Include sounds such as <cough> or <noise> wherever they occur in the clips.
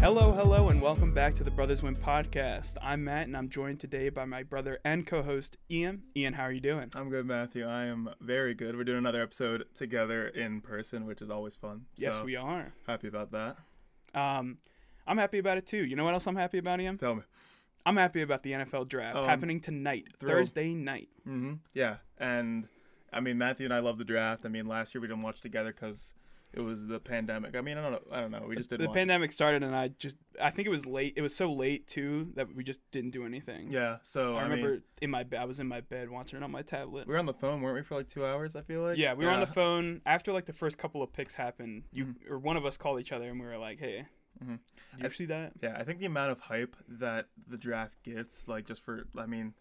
Hello, hello, and welcome back to the Brothers Win podcast. I'm Matt, and I'm joined today by my brother and co-host Ian. Ian, how are you doing? I'm good, Matthew. I am very good. We're doing another episode together in person, which is always fun. Yes, So, we are. Happy about that. Um, I'm happy about it too. You know what else I'm happy about, Ian? Tell me. I'm happy about the NFL draft Oh, I'm happening tonight, thrilled. Thursday night. hmm Yeah, and I mean Matthew and I love the draft. I mean last year we didn't watch together because it was the pandemic. I mean I don't know. I don't know. We just didn't. The watch. pandemic started, and I just I think it was late. It was so late too that we just didn't do anything. yeah. So I, I remember mean, in my bed, I was in my bed watching it on my tablet. we were on the phone, weren't we, for like two hours? I feel like. Yeah, we were on the phone after like the first couple of picks happened. You Mm-hmm. or one of us called each other and we were like, "Hey, Mhm. you see that?" Yeah, I think the amount of hype that the draft gets, like just for, I mean,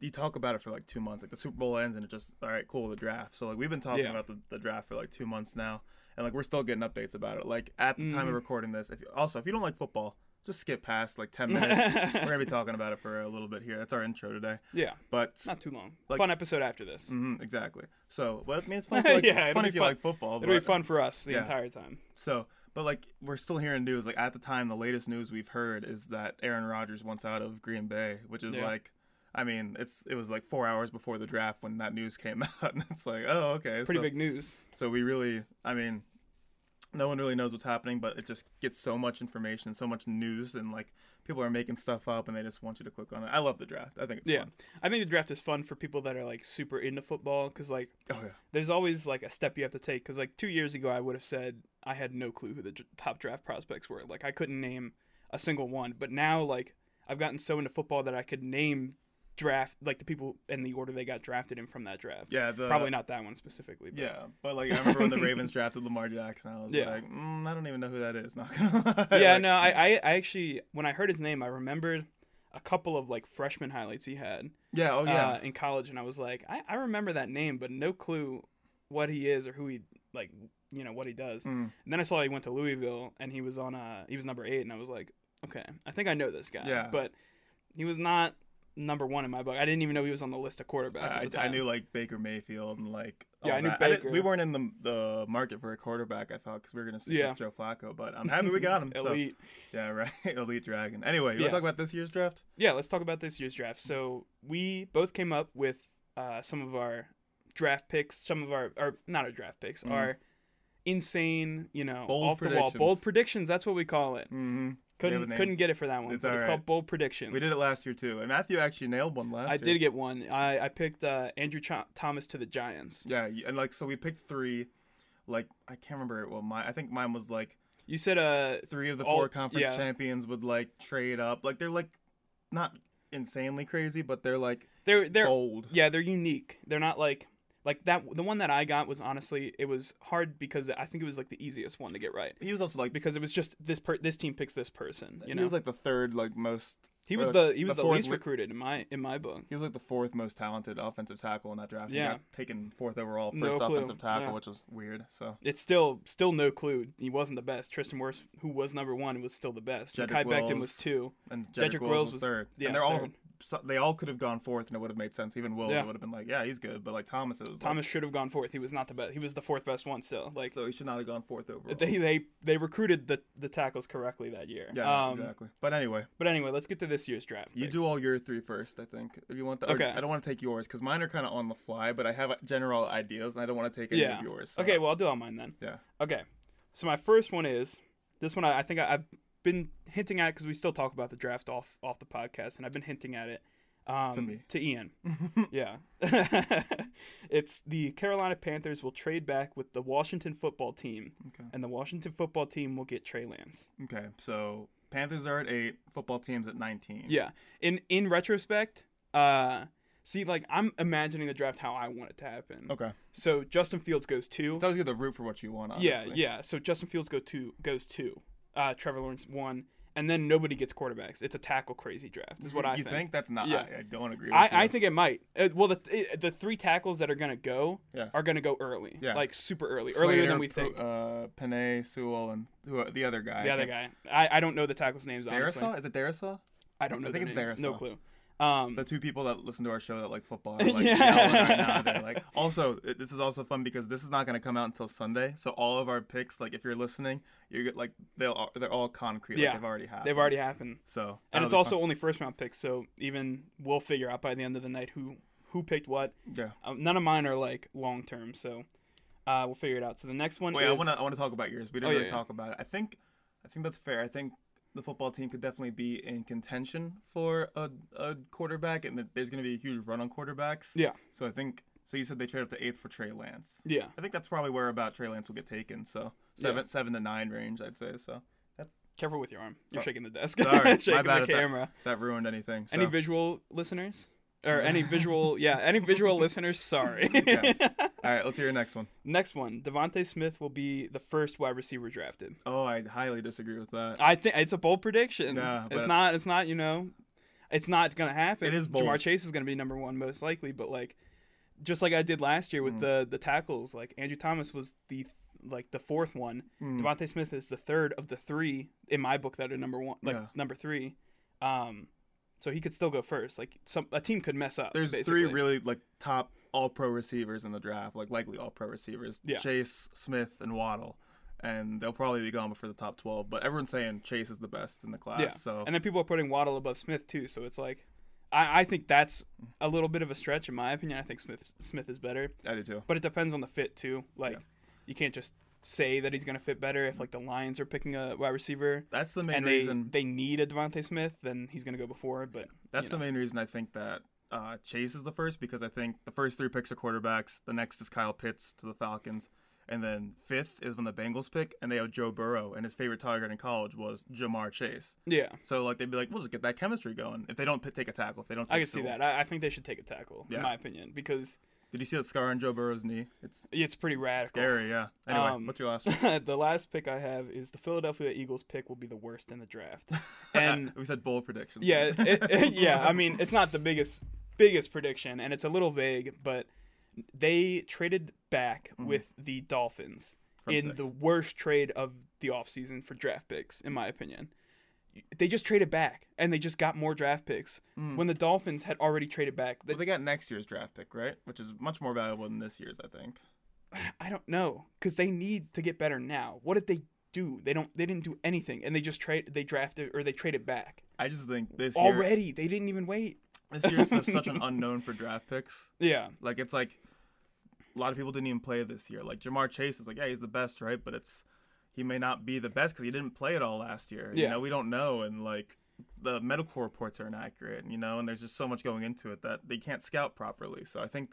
you talk about it for like two months. Like the Super Bowl ends and it just, all right, cool, the draft. So like we've been talking Yeah. about the, the draft for like two months now, and like we're still getting updates about it. Like at the time of Mm. recording this, if you, also if you don't like football, just skip past like <laughs> ten minutes. we're gonna be talking about it for a little bit here. That's our intro today, Yeah, but. not too long. Like- fun episode after this. Mhm, exactly. So, well, I mean, it's <laughs> fun. if you Like, Yeah, it's it'll fun be if you fun. like football. It'll be but- fun for us the Yeah. entire time. so, but like we're still hearing news. Like at the time, the latest news we've heard is that Aaron Rodgers wants out of Green Bay, which is Yeah. like, I mean, it's it was like four hours before the draft when that news came <laughs> out, and it's like, oh, okay, Pretty so, big news. So we really, I mean, no one really knows what's happening, but it just gets so much information, so much news, and like people are making stuff up, and they just want you to click on it. I love the draft. I think it's Yeah, fun. I think the draft is fun for people that are like super into football because like Oh yeah. there's always like a step you have to take. Because like two years ago, I would have said I had no clue who the dr- top draft prospects were. Like I couldn't name a single one. But now like I've gotten so into football that I could name draft like the people and the order they got drafted in from that draft. Yeah. The, Probably not that one specifically. But. Yeah, but like I remember when the <laughs> Ravens drafted Lamar Jackson, I was Yeah. like, mm, I don't even know who that is. Not gonna <laughs> lie. <laughs> yeah, Like, no, I, I, I actually when I heard his name, I remembered a couple of like freshman highlights he had Yeah, oh yeah. uh, in college, and I was like, I, I remember that name, but no clue what he is or who he like, you know, what he does. Mm. And then I saw he went to Louisville, and he was on uh he was number eight, and I was like, okay, I think I know this guy. Yeah. but he was not number one in my book. I didn't even know he was on the list of quarterbacks. at I, the I time. knew like Baker Mayfield and like Yeah, all I knew that. didn't- Baker. we weren't in the the market for a quarterback. I thought because we were gonna see Yeah. Joe Flacco, but I'm happy we <laughs> got him. so Elite. yeah, right, <laughs> elite dragon. Anyway, you Yeah. want to talk about this year's draft? yeah, let's talk about this year's draft. So we both came up with uh, some of our draft picks, some of our or not our draft picks, Mhm. our insane, you know, Bold off the wall bold predictions. predictions. That's what we call it. Mm-hmm. have a Couldn't name. couldn't get it for that one. It's but it's all called right. bold predictions. We did it last year too, and Matthew actually nailed one last I year. did get one. I I picked uh, Andrew Ch- Thomas to the Giants. Yeah, you- and like so we picked three. Like I can't remember what my I think mine was like You said uh three of the All- four conference yeah. champions would like trade up. Like they're like not insanely crazy, but they're like they're they're bold. Yeah, they're unique. They're not like like that. The one that I got was honestly it was hard because I think it was like the easiest one to get right He was also like because it was just this per- this team picks this person. You know, he was like the third like most He or, was like, the he was the, fourth least li- recruited in my in my book. He was like the fourth most talented offensive tackle in that draft. Yeah. He got taken fourth overall, No first clue. offensive tackle, Yeah. which was weird. So It's still still no clue. He wasn't the best. Tristan Wirfs, who was number one, was still the best. Jedrick Kai Becton was Wills. two. and Jedrick, Jedrick Wills, Wills was was- third. yeah, and they're all third. so, they all could have gone fourth, and it would have made sense. Even Wills, Yeah. it would have been like, yeah, he's good, but like Thomas, it was Thomas should have gone fourth. He was not the best. He was the fourth best one still. like Like so he should not have gone fourth overall. they they they recruited the the tackles correctly that year. yeah, um, exactly. But anyway, But anyway, let's get to this year's draft. you picks. do all your three first, I think, if you want. The, or Okay. I don't want to take yours because mine are kind of on the fly, but I have uh, general ideas, and I don't want to take any Yeah. of yours. so- Okay, well I'll do all mine then. Yeah. Okay, so my first one is this one. I, I think I, I've been hinting at because we still talk about the draft off off the podcast, and I've been hinting at it um, To me. to <laughs> Ian. Yeah. <laughs> it's the Carolina Panthers will trade back with the Washington football team, Okay. and the Washington football team will get Trey Lance. Okay. So Panthers are at eight. Football teams at nineteen. Yeah. In in retrospect, uh, see, like I'm imagining the draft how I want it to happen. Okay. So Justin Fields goes two. It's always good to root for what you want. Honestly. yeah, yeah. So Justin Fields go two goes two. Uh, Trevor Lawrence one, and then nobody gets quarterbacks. It's a tackle crazy draft, is what you I you think. think. That's not. Yeah. I, I don't agree. With I, you. I think it might. Uh, well, the it, the three tackles that are gonna go Yeah. are gonna go early, Yeah. like super early, Slater, earlier than we Pu- think. Uh, Panay, Sewell, and who, the other guy. the other guy, I, I don't know the tackles names. Honestly, Darisaw? uh, Is it Darisaw? I don't know. I think their it's names. No Darisaw. clue. Um, the two people that listen to our show that like <laughs> football are like Yeah. yelling right now. They're like, also, it- this is also fun because this is not going to come out until Sunday. So all of our picks, like if you're listening, you're get- like they'll they're all concrete. Yeah. like, they've already happened. they've already happened, So and that'll it's be also fun. only first round picks. So even we'll figure out by the end of the night who who picked what. yeah. Um, none of mine are like long term, so uh, we'll figure it out. So the next one Wait, is I want to I want to talk about yours. We didn't Oh, yeah, really yeah. talk about it. I think I think that's fair. I think the football team could definitely be in contention for a, a quarterback, and that there's going to be a huge run on quarterbacks. Yeah. So I think so. You said they trade up to eighth for Trey Lance. yeah. I think that's probably where about Trey Lance will get taken. So seven seven to nine range, I'd say. So Careful with your arm. You're Oh. shaking the desk. Sorry, my <laughs> shaking bad the if that- camera. if that ruined anything. So. Any visual listeners? <laughs> Or any visual, yeah, any visual listeners, sorry. Yes. All right, let's hear your next one. <laughs> Next one, Devonte Smith will be the first wide receiver drafted. Oh, I highly disagree with that. I think it's a bold prediction. Nah, it's but- not. It's not. You know, it's not gonna happen. It is bold. Jamar Chase is gonna be number one most likely, but like, just like I did last year with Hmm. the the tackles, like Andrew Thomas was the like the fourth one. Mm. Devonte Smith is the third of the three in my book that are number one, like Yeah. number three. Um, so he could still go first. Like some a team could mess up. There's basically. three really like top all pro receivers in the draft, like likely all pro receivers. Yeah. Chase, Smith, and Waddle. And they'll probably be gone before the top twelve. But everyone's saying Chase is the best in the class. Yeah. So And then people are putting Waddle above Smith too, so it's like, I, I think that's a little bit of a stretch in my opinion. I think Smith Smith is better, I do too. but it depends on the fit too. Like, you can't just say that he's gonna fit better if like the Lions are picking a wide receiver That's the main and they reason they need a Devonte Smith, then he's gonna go before. But That's you the main reason I think that uh, Chase is the first because I think the first three picks are quarterbacks. The next is Kyle Pitts to the Falcons, and then fifth is when the Bengals pick, and they have Joe Burrow, and his favorite target in college was Jamar Chase. know. yeah, So like they'd be like, we'll just get that chemistry going. If they don't p- take a tackle, if they don't, take I can see Sewell. that. I, I think they should take a tackle Yeah. in my opinion because Did you see that scar on Joe Burrow's knee? It's it's pretty radical. scary. Yeah. Anyway, Um, what's your <laughs> last one? <laughs> the last pick I have is the Philadelphia Eagles pick will be the worst in the draft, <laughs> and we said bold predictions. Yeah, it, <laughs> it- yeah. I mean, it's not the biggest biggest prediction, and it's a little vague, but they traded back with the Dolphins Mm-hmm. From in six. Mm. the worst trade of the offseason for draft picks, in my opinion. They just traded back, and they just got more draft picks Hmm. when the Dolphins had already traded back. Well, That, they got next year's draft pick, right? Which is much more valuable than this year's, I think. I don't know because they need to get better now. What did they do? They don't. They didn't do anything, and they just trade. They drafted or they traded back I just think this year, already. They didn't even wait. this <laughs> year's just such an unknown for draft picks. Yeah, Like it's like a lot of people didn't even play this year. Like Jamar Chase is like, yeah, he's the best, right? But it's he may not be the best because he didn't play at all last year. Yeah. You know, we don't know, and like the medical reports are inaccurate. You know, and there's just so much going into it that they can't scout properly. So I think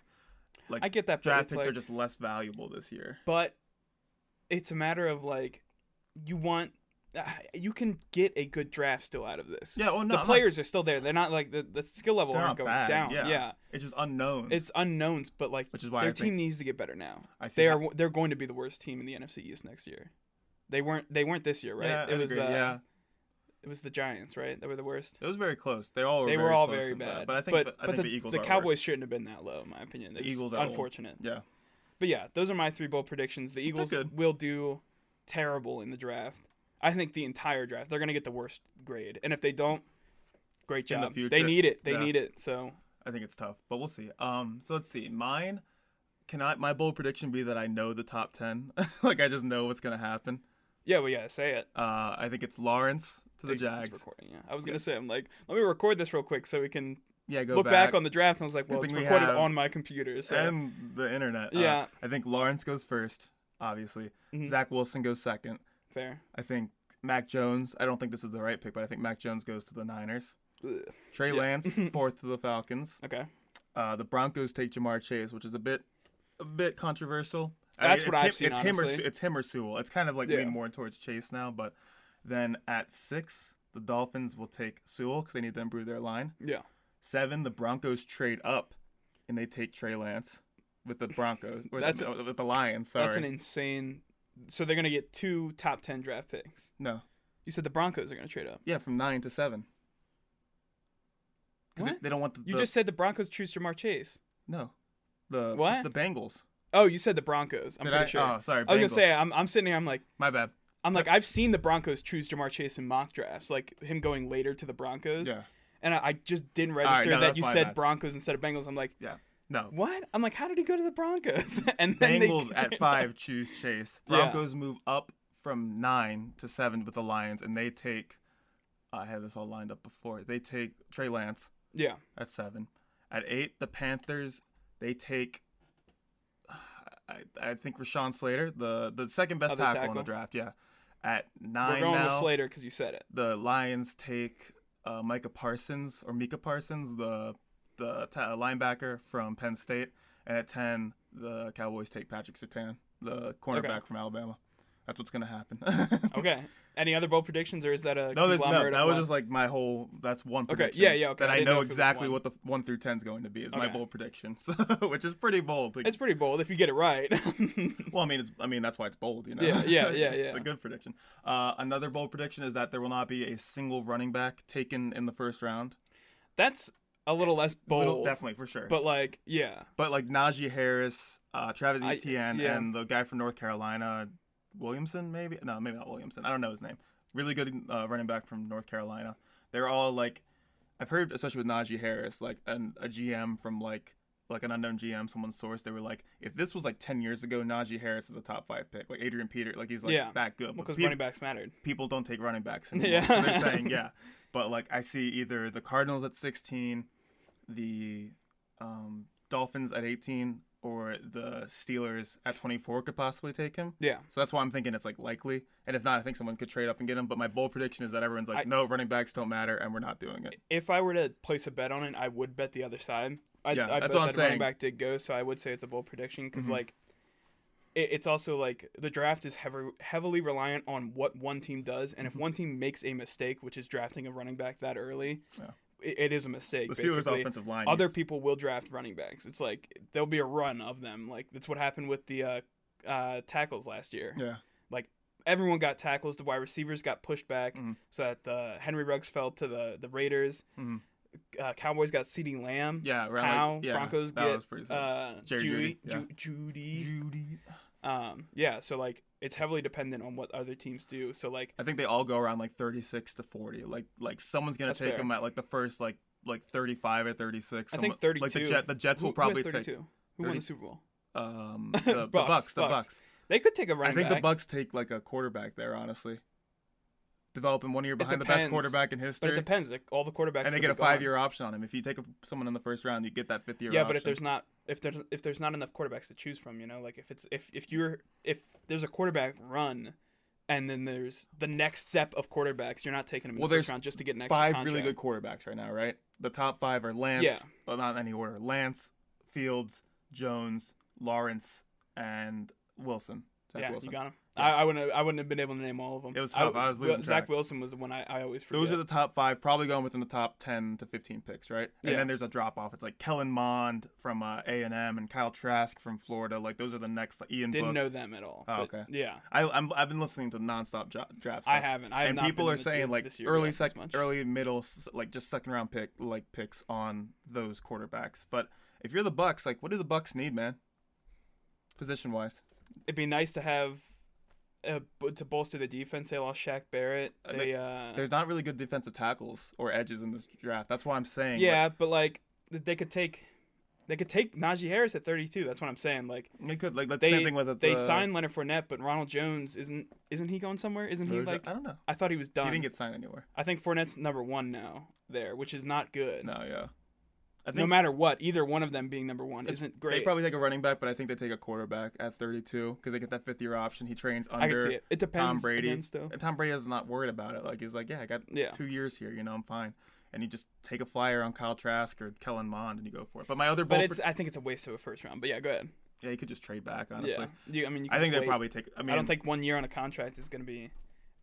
like I get that. but draft it's picks like- are just less valuable this year. but it's a matter of like you want ah, you can get a good draft still out of this. Yeah, well, no, the I'm not- players are still there. They're not like the, the skill level They're aren't not going bad, down. yeah. Yeah. It's just unknowns. It's unknowns, but like Which is why their I team think- needs to get better now. I see They how- are they're going to be the worst team in the NFC East next year. They weren't they weren't this year, right? Yeah, it I'd was agree. Uh, yeah, it was the Giants, right? That were the worst. it was very close. They all were They very were all close very and bad. But I think the, I think the, Eagles the are worse. Cowboys shouldn't have been that low in my opinion. They're just Eagles are old. unfortunate. Yeah, But yeah, those are my three bold predictions. The Eagles good. will do terrible in the draft. I think the entire draft. They're going to get the worst grade. And if they don't, great job. In the They future. need it. They Yeah. need it. So, I think it's tough, but we'll see. Um, so let's see. Mine, can I? My bold prediction be that I know the top ten. <laughs> like I just know what's gonna happen. yeah, well, yeah, say it. Uh, I think it's Lawrence to the It's Jags. recording, yeah. I was going to say, I'm like, let me record this real quick so we can Yeah, go look back. on the draft. And I was like, well, thing it's we recorded have- on my computer. So, and the internet. Uh, Yeah. I think Lawrence goes first, obviously. Mhm. Zach Wilson goes second. fair. I think Mac Jones. I don't think this is the right pick, but I think Mac Jones goes to the Niners. Ugh. Trey Lance <laughs> fourth to the Falcons. Okay. Uh, the Broncos take Jamar Chase, which is a bit, a bit controversial. That's it's what I've him, seen, It's him or Su- honestly. it's him or Sewell. It's kind of like Yeah. leaning more towards Chase now, but then at six, the Dolphins will take Sewell because they need to improve their line. Yeah. Seven, the Broncos trade up, and they take Trey Lance with the Broncos. Or That's that's a- with the Lions. Sorry, That's an insane. So, they're going to get two top 10 draft picks. no, You said the Broncos are going to trade up. yeah, from nine to seven. 'Cause They, What? they don't want the, You the- just said the Broncos choose Jamar Chase. no, the What? the Bengals. Oh, you said the Broncos. I'm Did pretty I- sure. Oh, sorry, I was gonna Bengals. say uh, I'm, I'm sitting here. I'm like My bad. I'm like I've seen the Broncos choose Jamar Chase in mock drafts, like him going later to the Broncos. Yeah. and I, I just didn't right, register no, that that's you my said bad. Broncos instead of Bengals. I'm like, No. what? I'm like, how did he go to the Broncos? <laughs> and then they- Bengals at five choose Chase. Yeah. Broncos move up from nine to seven with the Lions, and they take. I had this all lined up before. They take Trey Lance Yeah, at seven. At eight, the Panthers they take. <sighs> I, I think Rashawn Slater, the the second best Other tackle, in tackle. the draft. Yeah. At we're nine going now, with Slater because you said it. the Lions take uh, Micah Parsons or Mika Parsons, the the ta- linebacker from Penn State, and at ten, the Cowboys take Patrick Sertan, the cornerback from Alabama. That's what's gonna happen. <laughs> Okay. Any other bold predictions, or is that a no, there's no. conglomerate That of was one? just like my whole. That's one. Okay, Prediction yeah, yeah, okay. That I I, didn't know know if it was exactly one. what the one through ten is going to be. Is my Okay. bold prediction, <laughs> so, which is pretty bold. Like, It's pretty bold if you get it right. <laughs> well, I mean, it's I mean that's why it's bold, you know. Yeah, yeah, yeah, <laughs> it's yeah. a good prediction. Uh, another bold prediction is that there will not be a single running back taken in the first round. That's a little less bold, Little- definitely for sure. But, but like, yeah, like Najee Harris, uh, Travis I- Etienne, yeah. and the guy from North Carolina, Williamson maybe? No, maybe not Williamson. I don't know his name. Really good uh, running back from North Carolina. They're all like, I've heard especially with Najee Harris, like an, a GM from like like an unknown GM, someone's source. They were like, if this was like ten years ago, Najee Harris is a top five pick. Like Adrian Peter, like he's like Yeah. that good. But because peop- running backs mattered. people don't take <laughs> running backs anymore. Yeah. So they're saying, yeah. But like I see either the Cardinals at 16, the um, Dolphins at 18, or the Steelers at 24 could possibly take him. Yeah. So that's why I'm thinking it's like likely. And if not, I think someone could trade up and get him. But my bold prediction is that everyone's like, I- no, running backs don't matter, and we're not doing it. If I were to place a bet on it, I would bet the other side. I, Yeah, I bet that's what I'm that running saying. back did go, so I would say it's a bold prediction because Mhm. like, it, it's also like the draft is heavy, heavily reliant on what one team does, and Mm-hmm. if one team makes a mistake, which is drafting a running back that early, Yeah. it, it is a mistake. The Steelers' basically. offensive line. other needs- people will draft running backs. It's like there'll be a run of them. Like that's what happened with the uh, uh, tackles last year. Yeah. Everyone got tackles. The wide receivers got pushed back, Mhm. so that the Henry Ruggs fell to the the Raiders. Mhm. Uh, Cowboys got Ceedee Lamb. Yeah. Around, How like, yeah, Broncos that get was pretty sick. uh, Jerry Judy, Jeudy, yeah. Ju- Judy. Judy. Um, yeah. So like it's heavily dependent on what other teams do. So like I think they all go around like 36 to 40. Like like someone's gonna That's take fair. them at like the first like like 35 or 36. I Someone, think Like the 32. Jet, the Jets who, will probably who has take 32? Who won 30? the Super Bowl? <laughs> um the, the Bucks, Bucks. The Bucks. Bucks. They could take a I running think back. the Bucks take like a quarterback there. Honestly, developing one year behind the best depends. quarterback in but it history, depends. Like, all the quarterbacks and they will get be a gone. five year option on him. If you take a, someone in the first round, you get that fifth year. Yeah, but if option. there's not if there's if there's not enough quarterbacks to choose from, you know, like if it's if if you're if there's a quarterback run, and then there's the next step of quarterbacks, you're not taking them in Well, the first there's round just to get an extra five contract. really good quarterbacks right now, right? The top five are Lance. Yeah. Well, not in any order. Lance, Fields, Jones, Lawrence, and Wilson. Zach yeah, Wilson. you got him. Yeah. I, I wouldn't have- I wouldn't have been able to name all of them. It was tough. I was losing Wil- Zach track. Wilson was the one I, I always forget. Those are the top five, probably going within the top ten to fifteen picks, right? And Yeah. then there's a drop off. It's like Kellen Mond from uh, A and M and Kyle Trask from Florida. Like those are the next. Like Ian didn't Book. know them at all. Oh, but okay. Yeah, I, I'm, I've been listening to nonstop jo- draft stuff. I haven't. I have and not people been are in the saying gym like this year early yet as second, much. early middle, s- like just second round pick, like picks on those quarterbacks. But if you're the Bucks, like what do the Bucks need, man? Position wise, It'd be nice to have. Uh, bu- to bolster the defense, they lost Shaq Barrett. Uh, They uh, there's not really good defensive tackles or edges in this draft. That's why I'm saying. like, Yeah, but like th- they could take, they could take Najee Harris at 32. That's what I'm saying. Like they could like that's the they same thing with they the, signed Leonard Fournette, but Ronald Jones isn't isn't he going somewhere? Isn't he Rojo- like? I don't know. I thought he was done. He didn't get signed anywhere. I think Fournette's number one now there, which is not good. No, yeah. I no think matter what, either one of them being number one It's- isn't they great. probably take a running back, but I think they take a quarterback at 32 because they get that fifth year option. He trains I can under see it. It depends. Tom Brady. again, still. And Tom Brady is not worried about it. Like he's like, yeah, I got Yeah. two years here. You know, I'm fine. And you just take a flyer on Kyle Trask or Kellen Mond, and you go for it. But my other But bold, it's. I think it's a waste of a first round. But yeah, go ahead. yeah, you could just trade back. Honestly, yeah. You, I mean, you I can just think they wait. probably take. I mean, I don't think one year on a contract is gonna be,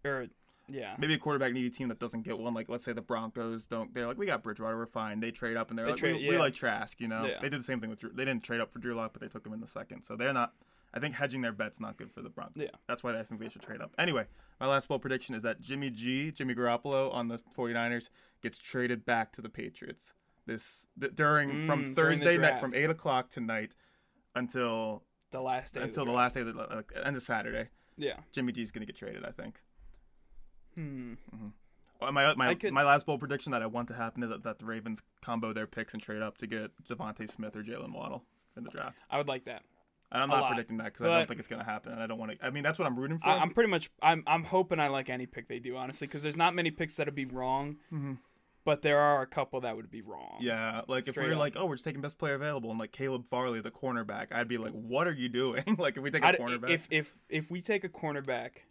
or yeah. maybe a quarterback needy team that doesn't get one. Like let's say the Broncos don't. They're like, we got Bridgewater, we're fine. They trade up and they're They like, trade- we, we yeah. like Trask. You know, Yeah. they did the same thing with. Drew. They didn't trade up for Drew Lock, but they took him in the second. So they're not. I think hedging their bets not good for the Broncos. Yeah. That's why I think they should trade up. Anyway, my last bold prediction is that Jimmy G, Jimmy Garoppolo on the 49ers gets traded back to the Patriots. This th- during Mm, during the from Thursday night draft. from eight o'clock tonight until The last day. of until the draft. last day of the uh, end of Saturday. Yeah. Jimmy G's gonna get traded. I think. Hmm. Uh, My my I could- my last bold prediction that I want to happen is that, that the Ravens combo their picks and trade up to get Devontae Smith or Jalen Waddle in the draft. I would like that. And I'm A not lot. predicting that because I don't But- think it's gonna happen. And I don't want to. I mean, that's what I'm rooting for. I, I'm pretty much I'm I'm hoping I like any pick they do honestly because there's not many picks that'll be wrong, Mhm. but there are a couple that would be wrong. yeah, like if we Straight were up. like, oh, we're just taking best player available, and like Caleb Farley, the cornerback, I'd be like, what are you doing? <laughs> like if we take a I'd- cornerback, if if if we take a cornerback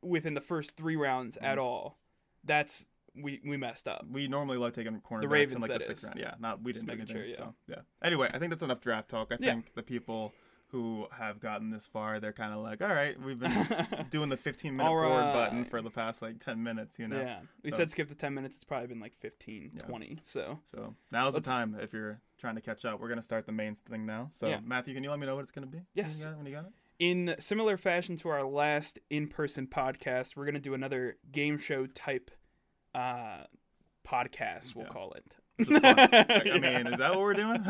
within the first three rounds Mm-hmm. at all, that's we we messed up. we normally love taking cornerbacks in Ravens, like the that sixth is. round. Yeah, not we didn't do making anything. sure, yeah. So, yeah. Anyway, I think that's enough draft talk. I Yeah. think the people who have gotten this far, they're kind of like, all right, we've been s- <laughs> doing the 15 minute All forward button right. for the past like 10 minutes, you know. Yeah, we so- said skip the ten minutes. It's probably been like 15, Yeah. 20. So So now's Let's- the time if you're trying to catch up. We're gonna start the main thing now. So Yeah. Matthew, can you let me know what it's gonna be? Yes. When you got it? When you got <laughs> it? in similar fashion to our last in-person podcast, we're gonna do another game show type uh, podcast. We'll Yeah. call it. <laughs> Which is fun. Like, I Yeah. mean, is that what <laughs> we're doing? <laughs>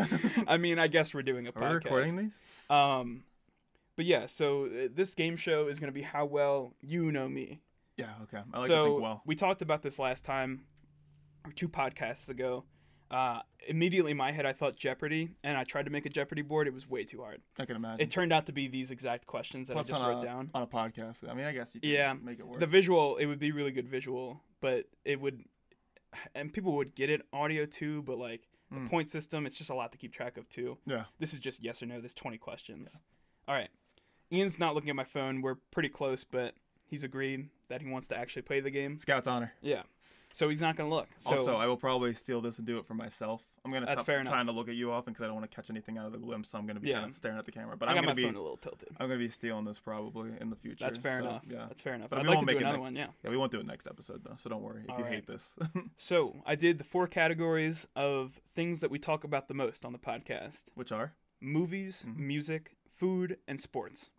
I mean, I guess we're doing a podcast. Are we recording these? Um, but yeah, so uh, this game show is gonna be how well you know me. Yeah. Okay. I like so to think well. we talked about this last time, or two podcasts ago. Uh, immediately in my head, I thought Jeopardy, and I tried to make a Jeopardy board. It was way too hard. I can imagine. It turned out to be these exact questions that Plus I just on wrote a, down. on a podcast. I mean, I guess you can Yeah. make it work. The visual, it would be really good visual, but it would, and people would get it audio too. But like the Mm. point system, it's just a lot to keep track of too. Yeah. This is just yes or no. There's 20 questions. All right. Ian's not looking at my phone. We're pretty close, but he's agreed that he wants to actually play the game. Scout's honor. Yeah. So he's not gonna look. So also, I will probably steal this and do it for myself. I'm gonna That's stop fair enough. trying to look at you often because I don't want to catch anything out of the glimpse. So I'm gonna be Yeah. kind of staring at the camera. But I am got gonna my be phone a little tilted. I'm gonna be stealing this probably in the future. That's fair so, enough. Yeah. That's fair enough. But I'd we like won't to do make it another like- one. Yeah. Yeah, we won't do it next episode though, so don't worry if All you right. hate this. <laughs> So I did the four categories of things that we talk about the most on the podcast: Which are? <laughs> movies, Mhm. music, food, and sports.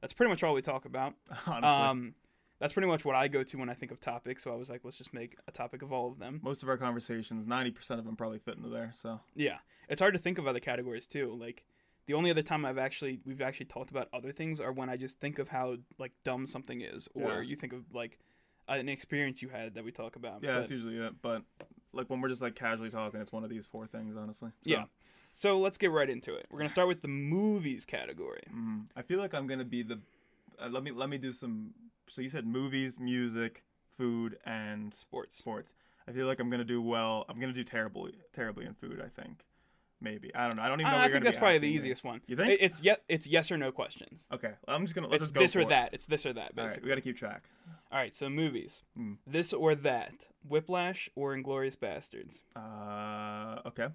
That's pretty much all we talk about. Honestly. Um, that's pretty much what I go to when I think of topics. So I was like, let's just make a topic of all of them. most of our conversations, ninety percent of them probably fit into there. So Yeah, it's hard to think of other categories too. Like the only other time I've actually we've actually talked about other things are when I just think of how like dumb something is, or Yeah. you think of like an experience you had that we talk about. yeah, But- that's usually it. But like when we're just like casually talking, it's one of these four things, honestly. So, yeah. So let's get right into it. We're gonna start Yes. with the movies category. mm, I feel like I'm gonna be the. Uh, let me let me do some. So you said movies, music, food, and Sports. sports. I feel like I'm gonna do well. I'm gonna do terribly, terribly in food. I think, maybe. I don't know. I don't even know. I, what I you're think gonna that's be probably the asking me. easiest one. You think? It- it's yet it's yes or no questions. Okay, I'm just gonna let's it's just go this for or it. that. It's this or that. All right, Basically. we gotta keep track. All right. So movies. Mm. This or that. Whiplash or Inglorious Bastards. Uh, okay.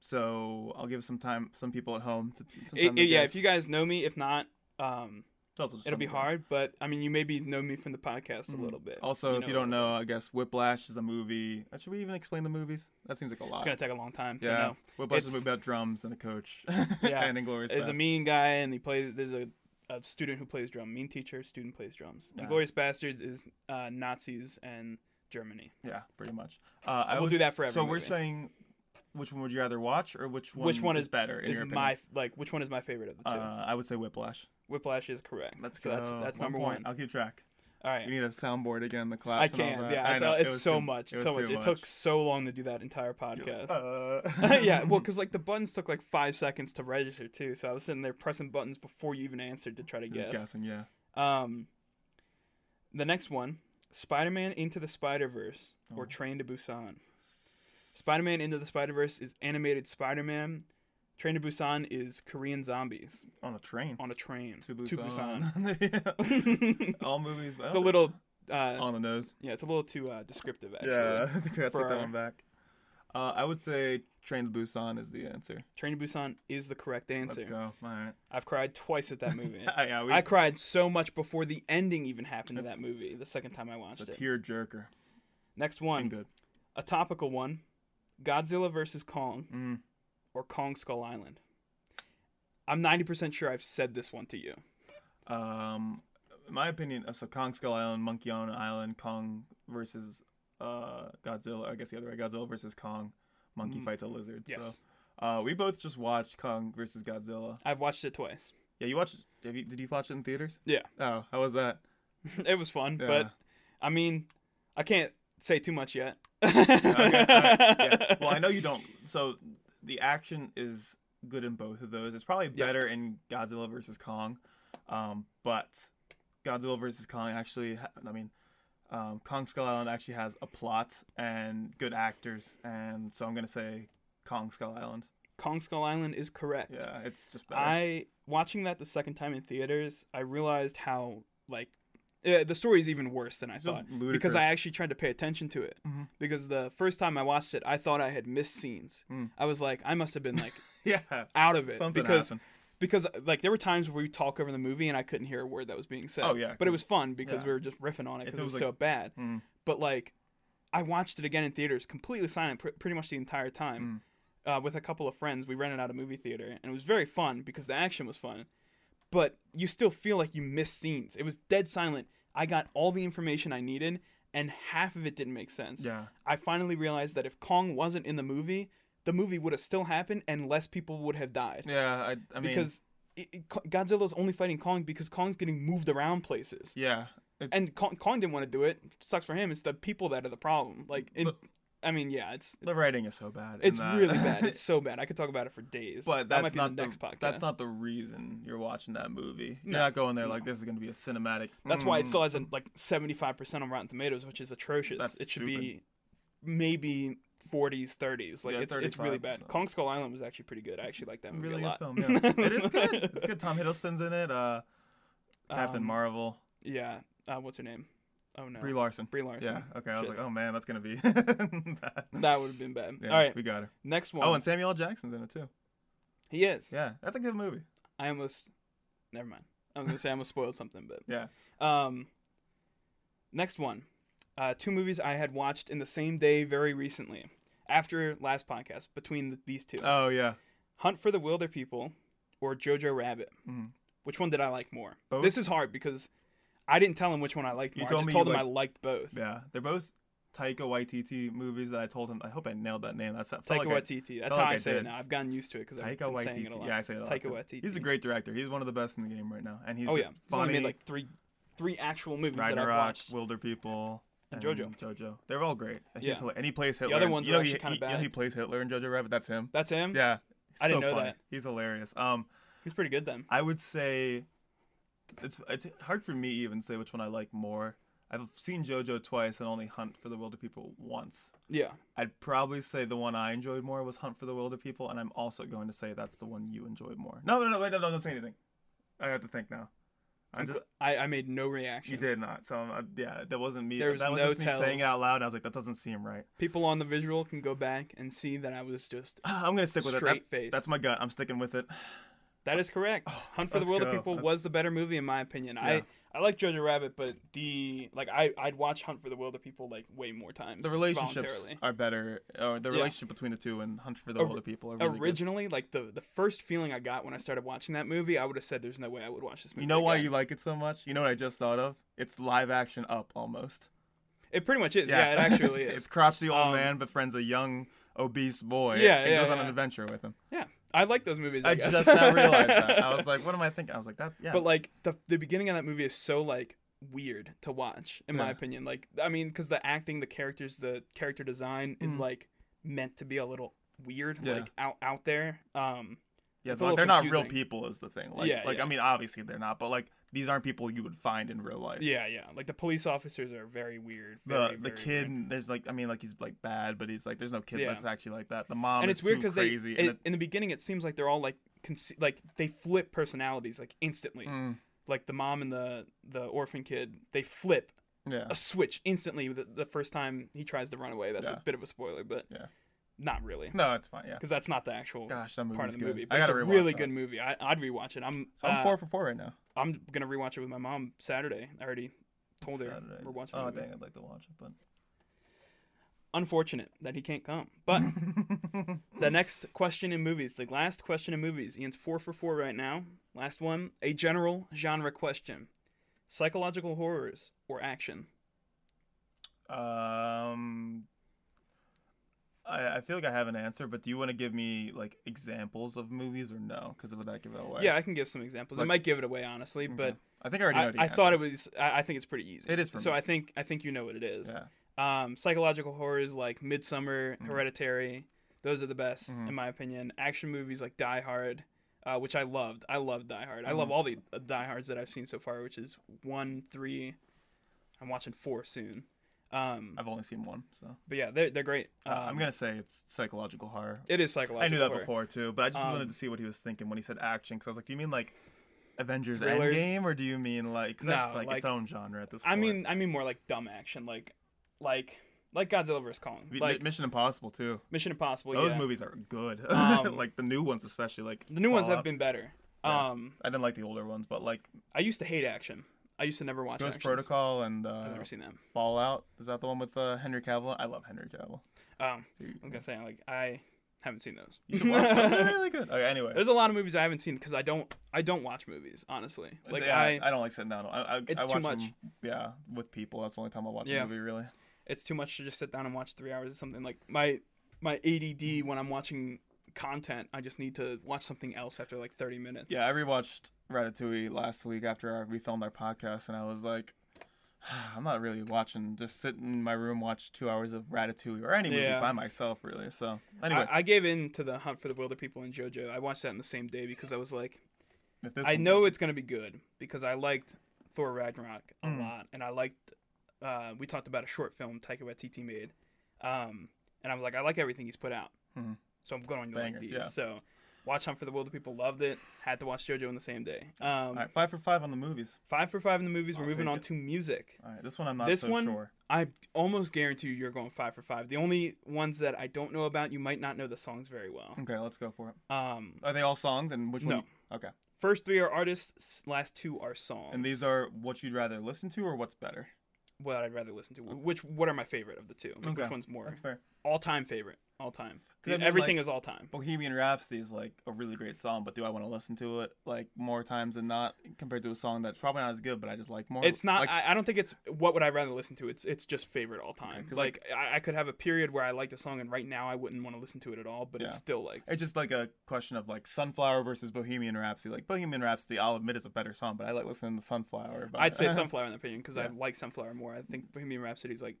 So I'll give some time, some people at home. To, some It- time to it- yeah. guess. If you guys know me, if not, um, It's also just It'll fun be to guess. hard, but I mean, you maybe know me from the podcast Mhm. a little bit. Also, if you don't a little know, I guess Whiplash is a movie. uh, Should we even explain the movies? That seems like a bit. it's lot. gonna take a long time. So yeah, no. Whiplash is a It's- movie about drums and a coach. Yeah. <laughs> and Inglorious. there's a mean guy, and he plays. There's a, a student who plays drum. Mean teacher, student plays drums. Yeah. Inglorious Bastards is uh, Nazis and Germany. Yeah, pretty much. Uh, I We'll would- do that for every So we're movie. saying, which one would you rather watch, or which one? Which one is is- better? In Is your opinion? my like which one is my favorite of the two? Uh, I would say Whiplash. Whiplash is correct. Let's so go. that's that's One number point. one. I'll keep track. All We right, need a soundboard again. The I class. can. Yeah, it's, uh, it's so much. so much. It took so long to do that entire podcast. <laughs> Uh, <laughs> yeah, well, because like the buttons took like five seconds to register too, so I was sitting there pressing buttons before you even answered to try to <laughs> Just guess. guessing, yeah. Um, the next one, Spider-Man Into the Spider-Verse Oh. or Train to Busan. Spider-Man Into the Spider-Verse is animated Spider-Man. Train to Busan is Korean zombies On a train. on a train To Busan. Busan. <laughs> <laughs> Yeah. All movies. it's a little, uh, on the nose. yeah, it's a little too uh, descriptive actually. Oh. Yeah, <laughs> I think I take For that our- one back. Uh, I would say Train to Busan is the answer. Train to Busan is the correct answer. Let's go. All right. I've cried twice at that movie. yeah, <laughs> we, I cried so much before the ending even happened to that That's- movie the second time I it's watched a it. tear jerker. Next I'm one, good. a topical one Godzilla versus Kong Mm. or Kong Skull Island. I'm 90% sure I've said this one to you. Um, in my opinion, uh, so Kong Skull Island, Monkey on Island, Kong versus uh, Godzilla. I guess the other way, Godzilla versus Kong. Monkey Mm. fights a lizard. Yes. So uh, we both just watched Kong versus Godzilla. I've watched it twice. <laughs> Yeah, you watched. Have you, did you watch it in theaters? Yeah. Oh, how was that? it was fun, Yeah. but I mean, I can't say too much yet. Okay, alright, <laughs> yeah. Well, I know you don't. So the action is good in both of those. It's probably Yeah. better in Godzilla vs Kong, um, but Godzilla vs Kong actually, ha- I mean, um, Kong Skull Island actually has a plot and good actors, and so I'm gonna say Kong Skull Island. Kong Skull Island is correct. Yeah, it's just better. I watching that the second time in theaters, I realized how like uh, the story is even worse than I It's thought ludicrous. because I actually tried to pay attention to it. Mhm. Because the first time I watched it, I thought I had missed scenes. Mm. I was like, I must have been like <laughs> yeah out of it <laughs> something because happened. because uh, like there were times where we talk over the movie and I couldn't hear a word that was being said. Oh, yeah, but it 'cause- was fun because yeah. we were just riffing on it If because it it was, was, so bad. Mm. But like, I watched it again in theaters, completely silent, pr- pretty much the entire time, Mm. uh, with a couple of friends. We rented out a movie theater, and it was very fun because the action was fun. But you still feel like you missed scenes. It was dead silent. I got all the information I needed, and half of it didn't make sense. Yeah, I finally realized that if Kong wasn't in the movie, the movie would have still happened, and less people would have died yeah. I, I mean, because it, it, Ko- Godzilla's only fighting Kong because Kong's getting moved around places. yeah, it's, And Kong, Kong didn't want to do it. Sucks for him. It's the people that are the problem. Like, it, Look- I mean, yeah, it's the writing is so bad. in it's that. really <laughs> bad. It's so bad. I could talk about it for days. that But that's might be not the next podcast. That's not the reason you're watching that movie. You're No, not going there like no. this is going to be a cinematic. That's why it Mm, still has a, like seventy five percent on Rotten Tomatoes, which is atrocious. That's it should be maybe forties, thties. Like Yeah, it's it's really bad. 35%. Kong Skull Island was actually pretty good. I actually like that movie really a lot. <laughs> good film. Yeah. it is good. It's good. Tom Hiddleston's in it. Uh, Captain Um, Marvel, Yeah. Uh, what's her name? Oh no, Brie Brie, Larson. Larson. Yeah. Okay. I was Shit. like, oh man, that's gonna be <laughs> bad. That would have been bad. Yeah, All right, we got her. next one. Oh, and Samuel L. Jackson's in it too. He is. Yeah, that's a good movie. I almost. Never mind. I was gonna say I almost spoiled something, but Yeah. Um. Next one, uh, two movies I had watched in the same day very recently, after last podcast between the, these two, Oh yeah, Hunt for the Wilder People, or Jojo Rabbit. Mhm. Which one did I like more? Both? This is hard because I didn't tell him which one I liked You more. I told just me told you him I liked both. yeah. They're both Taika Waititi movies that I told him. I hope I nailed that name. That's Taika felt like I- Waititi. That's felt how like I I say it did. now. I've gotten used to it because I've Taika been saying it a Waititi. lot. Yeah, I say it a lot. Taika too. Waititi. He's a great director. He's one of the best in the game right now, and he's Oh yeah, just he's only funny. made like three, three actual movies that I've Ragnarok, watched. Wilder People, And JoJo. JoJo. They're all great. He's Yeah. hila- and he plays Hitler. other in- ones you were know, he, actually kinda he- you know bad. he plays Hitler in JoJo Rabbit. That's him. That's him. Yeah. He's I didn't so know funny. that. He's hilarious. Um, He's pretty good then. I would say it's it's hard for me to even say which one I like more. I've seen JoJo twice and only Hunt for the Wilder People once. Yeah. I'd probably say the one I enjoyed more was Hunt for the Wilder People, and I'm also going to say that's the one you enjoyed more. No, no, no, wait, no, no, don't say anything. I have to think now. I'm I'm just, gl- I, I made no reaction. You did not. So i yeah, that wasn't me. There was that was no just me saying tells. it out loud. I was like, that doesn't seem right. <sighs> People on the visual can go back and see that I was just I'm gonna stick with straight it. face. That, that's my gut. I'm sticking with it. that is correct. Hunt for the let's World of go. People That's- was the better movie in my opinion. Yeah. I I like Jojo Rabbit, but the like I I'd watch Hunt for the World of People like way more times. The relationships voluntarily. are better, or the Yeah. relationship between the two and Hunt for the Or- Wilder People are really good. Originally, like the the first feeling I got when I started watching that movie, I would have said there's no way I would watch this movie. You know why again." you like it so much? You know what I just thought of? It's live action up almost. It pretty much is. Yeah, it <laughs> actually is. it's crotchety old Um, man befriends a young obese boy. Yeah, and yeah, goes on an yeah. adventure with him. yeah. I like those movies. I, I guess. just now realized <laughs> that. I was like, what am I thinking? I was like, that's yeah. But like the the beginning of that movie is so like weird to watch, in my Yeah. opinion. Like I mean, because the acting, the characters, the character design is Mhm. like meant to be a little weird, Yeah. like out out there. Um, Yeah, It's so a like they're little not real confusing. people is the thing. Like, Yeah, like yeah. I mean, obviously they're not, but like these aren't people you would find in real life. yeah, yeah. Like the police officers are very weird. The very, the very kid, weird. there's like, I mean, like he's like bad, but he's like, there's no kid Yeah. that's actually like that. The mom and is it's weird too because they crazy. and it- in the beginning it seems like they're all like conce- like they flip personalities like instantly. the- Mm, Like the mom and the the orphan kid, they flip yeah, a switch instantly the, the first time he tries to run away. That's Yeah. a bit of a spoiler, but Yeah. not really. no, it's fine. Yeah, because that's not the actual gosh, that movie's part of the good. movie. But I it's gotta a rewatch really that. good movie. I, I'd rewatch it. I'm So I'm uh, four for four right now. I'm gonna rewatch it with my mom Saturday. I already told her Saturday. we're watching. the Oh movie. dang, I'd like to watch it, but <laughs> Unfortunate that he can't come. But <laughs> the next question in movies, the last question in movies. Ian's four for four right now. Last one, a general genre question: psychological horrors or action? um, I I feel like I have an answer, but do you want to give me like examples of movies or no? Because would that give it away? Yeah, I can give some examples. I Like- might give it away honestly, Okay. but I think I already know. I, the I answer. thought it was. I, I think it's pretty easy. It is for so me. I think I think you know what it is. Yeah. Um, psychological horrors like Midsummer, Mhm. Hereditary, those are the best Mhm. in my opinion. Action movies like Die Hard, uh, which I loved. I love Die Hard. I love Mhm. all the uh, Die Hards that I've seen so far, which is one, three. I'm watching four soon. Um, I've only seen one, so but yeah, they're they're great. uh, I'm Um, gonna say it's psychological horror. It is I psychological. knew that horror. before too, but I just Um, wanted to see what he was thinking when he said action, because I was like, do you mean like Avengers Thrillers? Endgame, or do you mean like 'cause that's No, like, like- its own genre at this point? I mean, I mean more like dumb action, like, like, like Godzilla vs Kong, Mi- Mi- like Mission Impossible too. Mission Impossible. Those yeah. movies are good. <laughs> Um, like the new ones especially. Like The new ones have Fallout. been better. Yeah. Um, I didn't like the older ones, but like I used to hate action. I used to never watch Ghost actions. Protocol and uh, I've never seen them. Fallout. Is that the one with uh, Henry Cavill? I love Henry Cavill. Um, He- I was gonna say like I haven't seen those. You should watch- <laughs> those are really good. Okay, anyway, There's a lot of movies I haven't seen because I don't I don't watch movies honestly. Like Yeah, I, I don't like sitting down. I, I, It's I too watch much. Them, yeah, with people. That's the only time I watch Yeah. a movie really. it's too much to just sit down and watch three hours of something. Like my my ADD when I'm watching content, I just need to watch something else after like 30 minutes. Yeah, I rewatched Ratatouille last week after our, we filmed our podcast, and I was like, <sighs> I'm not really watching. Just sit in my room, watch two hours of Ratatouille or any movie Yeah. by myself, really. So anyway, I, I gave in to the Hunt for the Wilder People in JoJo. I watched that in the same day because I was like, if this I one's know it's gonna be good because I liked Thor Ragnarok a Mm. lot, and I liked. Uh, we talked about a short film Taika Waititi made, um, and I was like, I like everything he's put out, Mhm. so I'm going to like Bangers, these. yeah. So, Watch Hunt for the Wilder People loved it. Had to watch JoJo in the same day. Um, all right, five for five on the movies. Five for five in the movies. I'll We're moving take on it. to music. All right, this one I'm not This so one- sure. I almost guarantee you you're going five for five. The only ones that I don't know about, you might not know the songs very well. Okay, let's go for it. Um, Are they all songs? And which No. one? Okay, first three are artists. Last two are songs. and these are what you'd rather listen to or what's better. what I'd rather listen to. Which what are my favorite of the two? Like, Which Okay, one's more That's fair. all time favorite? All time. 'Cause I mean, Everything like- is all time. Bohemian Rhapsody is like a really great song, but do I want to listen to it like more times than not compared to a song that's probably not as good, but I just like more? It's not. Like, I, I don't think it's what would I rather listen to. It's it's just favorite all time. 'cause, like I, I could have a period where I liked a song and right now I wouldn't want to listen to it at all. But it's Yeah. still like It's just like a question of like Sunflower versus Bohemian Rhapsody. Like Bohemian Rhapsody, I'll admit is a better song, but I like listening to Sunflower. But I'd <laughs> say Sunflower in the opinion because I Yeah. like Sunflower more. I think Bohemian Rhapsody's like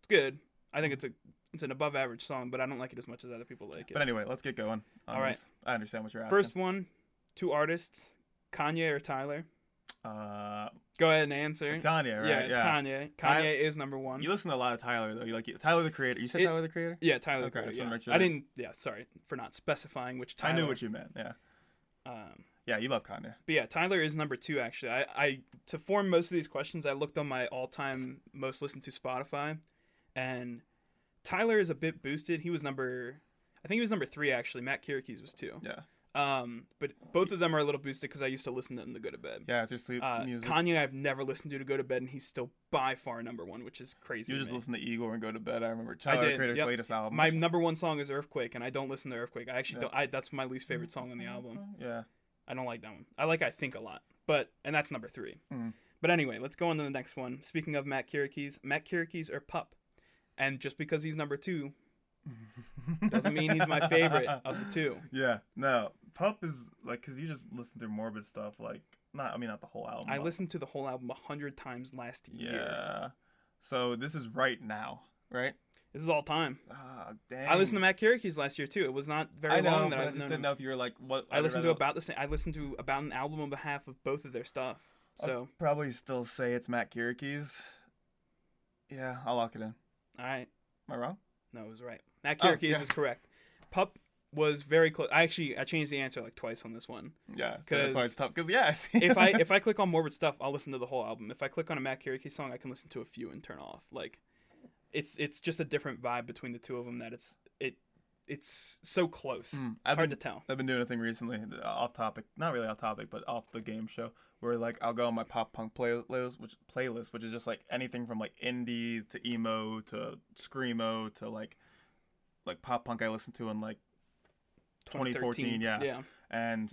it's good. I think it's a it's an above average song, but I don't like it as much as other people like it. But anyway, let's get going. on All right. these. I understand what you're asking. First one, two artists, Kanye or Tyler. uh, Go ahead and answer. it's Kanye, right? Yeah, it's Kanye. Kanye I- is number one. You listen to a lot of Tyler though. You like Tyler the Creator. You said It- Tyler the Creator. yeah, Tyler. Okay, Okay, just wanna make sure I that- didn't. Yeah, sorry for not specifying which Tyler. I knew what you meant. Yeah, Um, yeah. You love Kanye. but yeah, Tyler is number two actually. I, I to form most of these questions, I looked on my all-time most listened to Spotify, and Tyler is a bit boosted. He was number, I think he was number three actually. Matt Kierkees was two. Yeah, Um, but both of them are a little boosted because I used to listen to them to go to bed. yeah. It's your sleep Uh, music. Kanye, I've never listened to to go to bed, and he's still by far number one, which is crazy. you to just me. listen to Igor and go to bed. I remember Tyler the did, Creator's yep. latest album. My number one song is Earthquake, and I don't listen to Earthquake. I actually Yeah. don't. I that's my least favorite song on the album. <laughs> Yeah. I don't like that one. I like I Think a lot, but and that's number three. Mhm. But anyway, let's go on to the next one. Speaking of Matt Kierkees, Matt Kierkees or Pup, and just because he's number two doesn't mean he's my favorite of the two. <laughs> Yeah, no. Pup is like because you just listen through morbid stuff. Like, not I mean, not the whole album. I but- listened to the whole album a hundred times last Yeah. year. So this is right now, right? This is all time. Ah, dang. I listened to Matt Kierkees last year too. It was not very I know, long that but I've I just known didn't him. know if you were like what. I I'd listened to rather- about the same. I listened to about an album on behalf of both of their stuff. I'd So probably still say it's Matt Kierkees. Yeah, I'll lock it in. Am all right. I wrong? No, it was right. Matt Oh, Kierkees yeah. is correct. Pup was very close. I actually I changed the answer like twice on this one. Yeah, so that's why 'Cause it's tough. Because yes, If <laughs> I if I click on morbid stuff, I'll listen to the whole album. If I click on a Matt Kierkees song, I can listen to a few and turn off. Like it's it's just a different vibe between the two of them that it's it it's so close. Mm, It's I've hard been to tell. I've been doing a thing recently, uh, off topic, not really off topic, but off the game show, where like I'll go on my pop punk playlist, which playlist, which is just like anything from like indie to emo to screamo to like like pop punk I listened to in like 2013, 2014, yeah. Yeah. and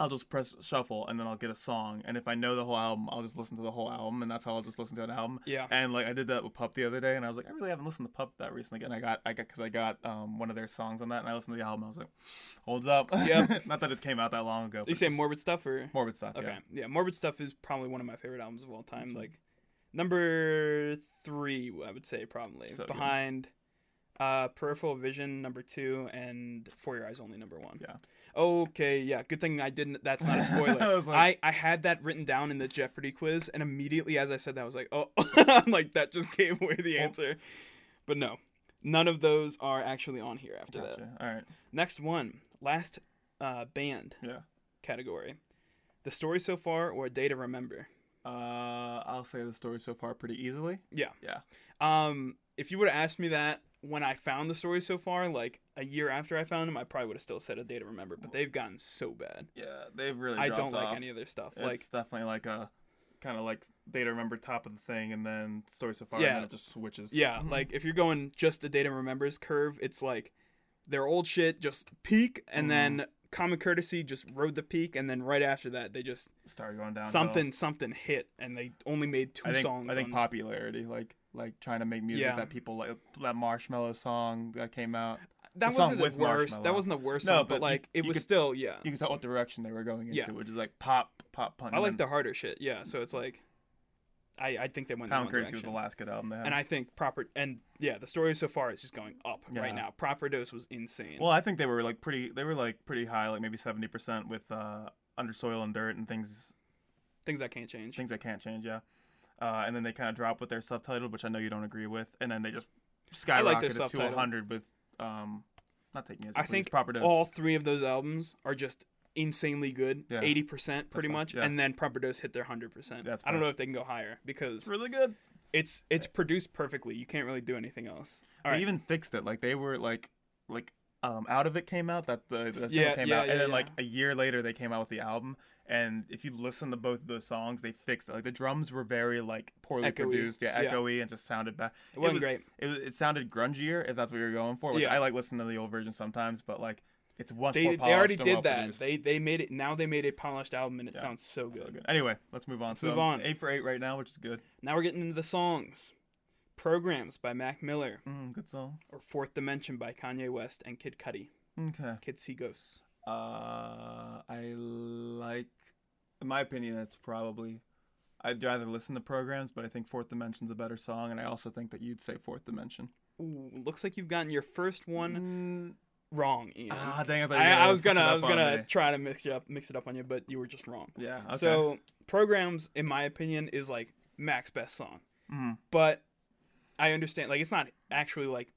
I'll just press shuffle and then I'll get a song, and if I know the whole album, I'll just listen to the whole album, and that's how I'll just listen to an album. Yeah. And like I did that with Pup the other day, and I was like, I really haven't listened to Pup that recently. And I got, I got, because I got um one of their songs on that, and I listened to the album. I was like, holds up. Yeah. <laughs> Not that it came out that long ago. but You it's say just morbid stuff or morbid stuff. Okay. Yeah. Yeah. Morbid stuff is probably one of my favorite albums of all time. Mhm. Like Number three, I would say probably So good. behind uh, peripheral vision number two and for your eyes only number one. Yeah. Okay. Yeah. Good thing I didn't. That's <laughs> not a spoiler. I I, was like- I had that written down in the Jeopardy quiz, and immediately as I said that, I was like, oh, <laughs> I'm like that just gave away the Well- answer. But no, none of those are actually on here after that. Gotcha. All right. Next one, last uh, band Yeah. category. The story so far or a day to remember? Uh, I'll say the story so far pretty easily. Um, if you would have asked me that when I found the story so far, like a year after I found them, I probably would have still said a day to remember, but they've gotten so bad. Yeah, they've really. I dropped don't like off. any of their stuff. It's like definitely like a kind of like they to remember top of the thing, and then story so far, and then Yeah. it just switches. yeah, like if you're going just a day to remember's curve, it's like their old shit just peak and Mm-hmm. then common courtesy just rode the peak and then right after that they just start going down. something something hit and they only made two I think songs I think on- popularity, like like trying to make music Yeah. that people like. That Marshmallow song that came out, that the wasn't song the with worst Marshmello. that wasn't the worst No, song, but, but you- like it you was could- still yeah you can tell what direction they were going into, Yeah. which is like pop, pop punk. I and like then the harder shit. Yeah, so it's like, I I think they went. in Common one Courtesy was the direction. last good album they had. And I think proper and yeah, the story so far is just going up Yeah. right now. Proper dose was insane. Well, I think they were like pretty. They were like pretty high, like maybe seventy percent with uh, under soil and dirt and things Things I can't change. things that can't change. Yeah, uh, and then they kind of drop with their subtitled, which I know you don't agree with, and then they just I like their skyrocketed it to Subtitled. hundred with um, not taking music. I Please, think proper dose. All three of those albums are just insanely good. Yeah. Eighty percent, pretty fine. much, Yeah. and then proper dose hit their hundred percent. That's I don't fair. know if they can go higher it's because really good. it's it's produced perfectly. You can't really do anything else. All they right. even fixed it. Like they were like like um out of it came out that the, the single Yeah, came yeah, out, and yeah, then like a year later they came out with the album. And if you listen to both of those songs, they fixed it. Like the drums were very like poorly Echoey. produced, yeah, Yeah. echoey, and just sounded bad. it wasn't was- great. It, was- it sounded grungier if that's what you're going for. Which Yeah. I like listening to the old version sometimes, but like it's much They, more they polished already and did that. well-produced. They they made it. Now they made a polished album, and it Yeah. sounds so good. So good. Anyway, let's move on. so move on. Eight for eight right now, which is good. Now we're getting into the songs. Programs by Mac Miller Mm, good song. or Fourth Dimension by Kanye West and Kid Cudi. Okay. Kid See Ghosts. Uh, I like, in my opinion, that's probably. I'd rather listen to programs, but I think Fourth Dimension's a better song, and I also think that you'd say Fourth Dimension. Ooh, looks like you've gotten your first one Mm, wrong, Ian. ah, dang! I, thought you were I, I was switch it gonna, I up was on gonna me. try to mix it up, mix it up on you, but you were just wrong. Yeah. Okay. So programs, in my opinion, is like Mac's best song, Mm, but I understand like it's not actually like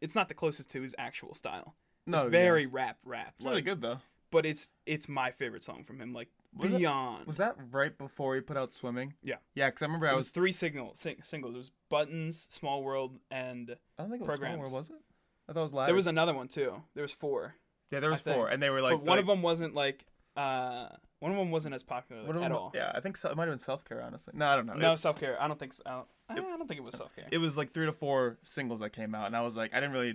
it's not the closest to his actual style. no, it's yeah. very rap, rap. It's really like- good though. but it's it's my favorite song from him. Like Was it- beyond. Was that right before he put out Swimming? Yeah. Yeah, because I remember I it was was. three signal sing- singles. It was Buttons, Small World, and I don't think it was Swimming, or programs. was it? I thought it was Ladder. there was another one too. There was four, yeah, there was think. four, and they were like but one like, of them wasn't like uh, one of them wasn't as popular one of at them- all. Yeah, I think so, it might have been Self Care. Honestly, no, I don't know. Uh, It- No self care. I don't think. So. I, don't, I don't think it was self care. it was like three to four singles that came out, and I was like, I didn't really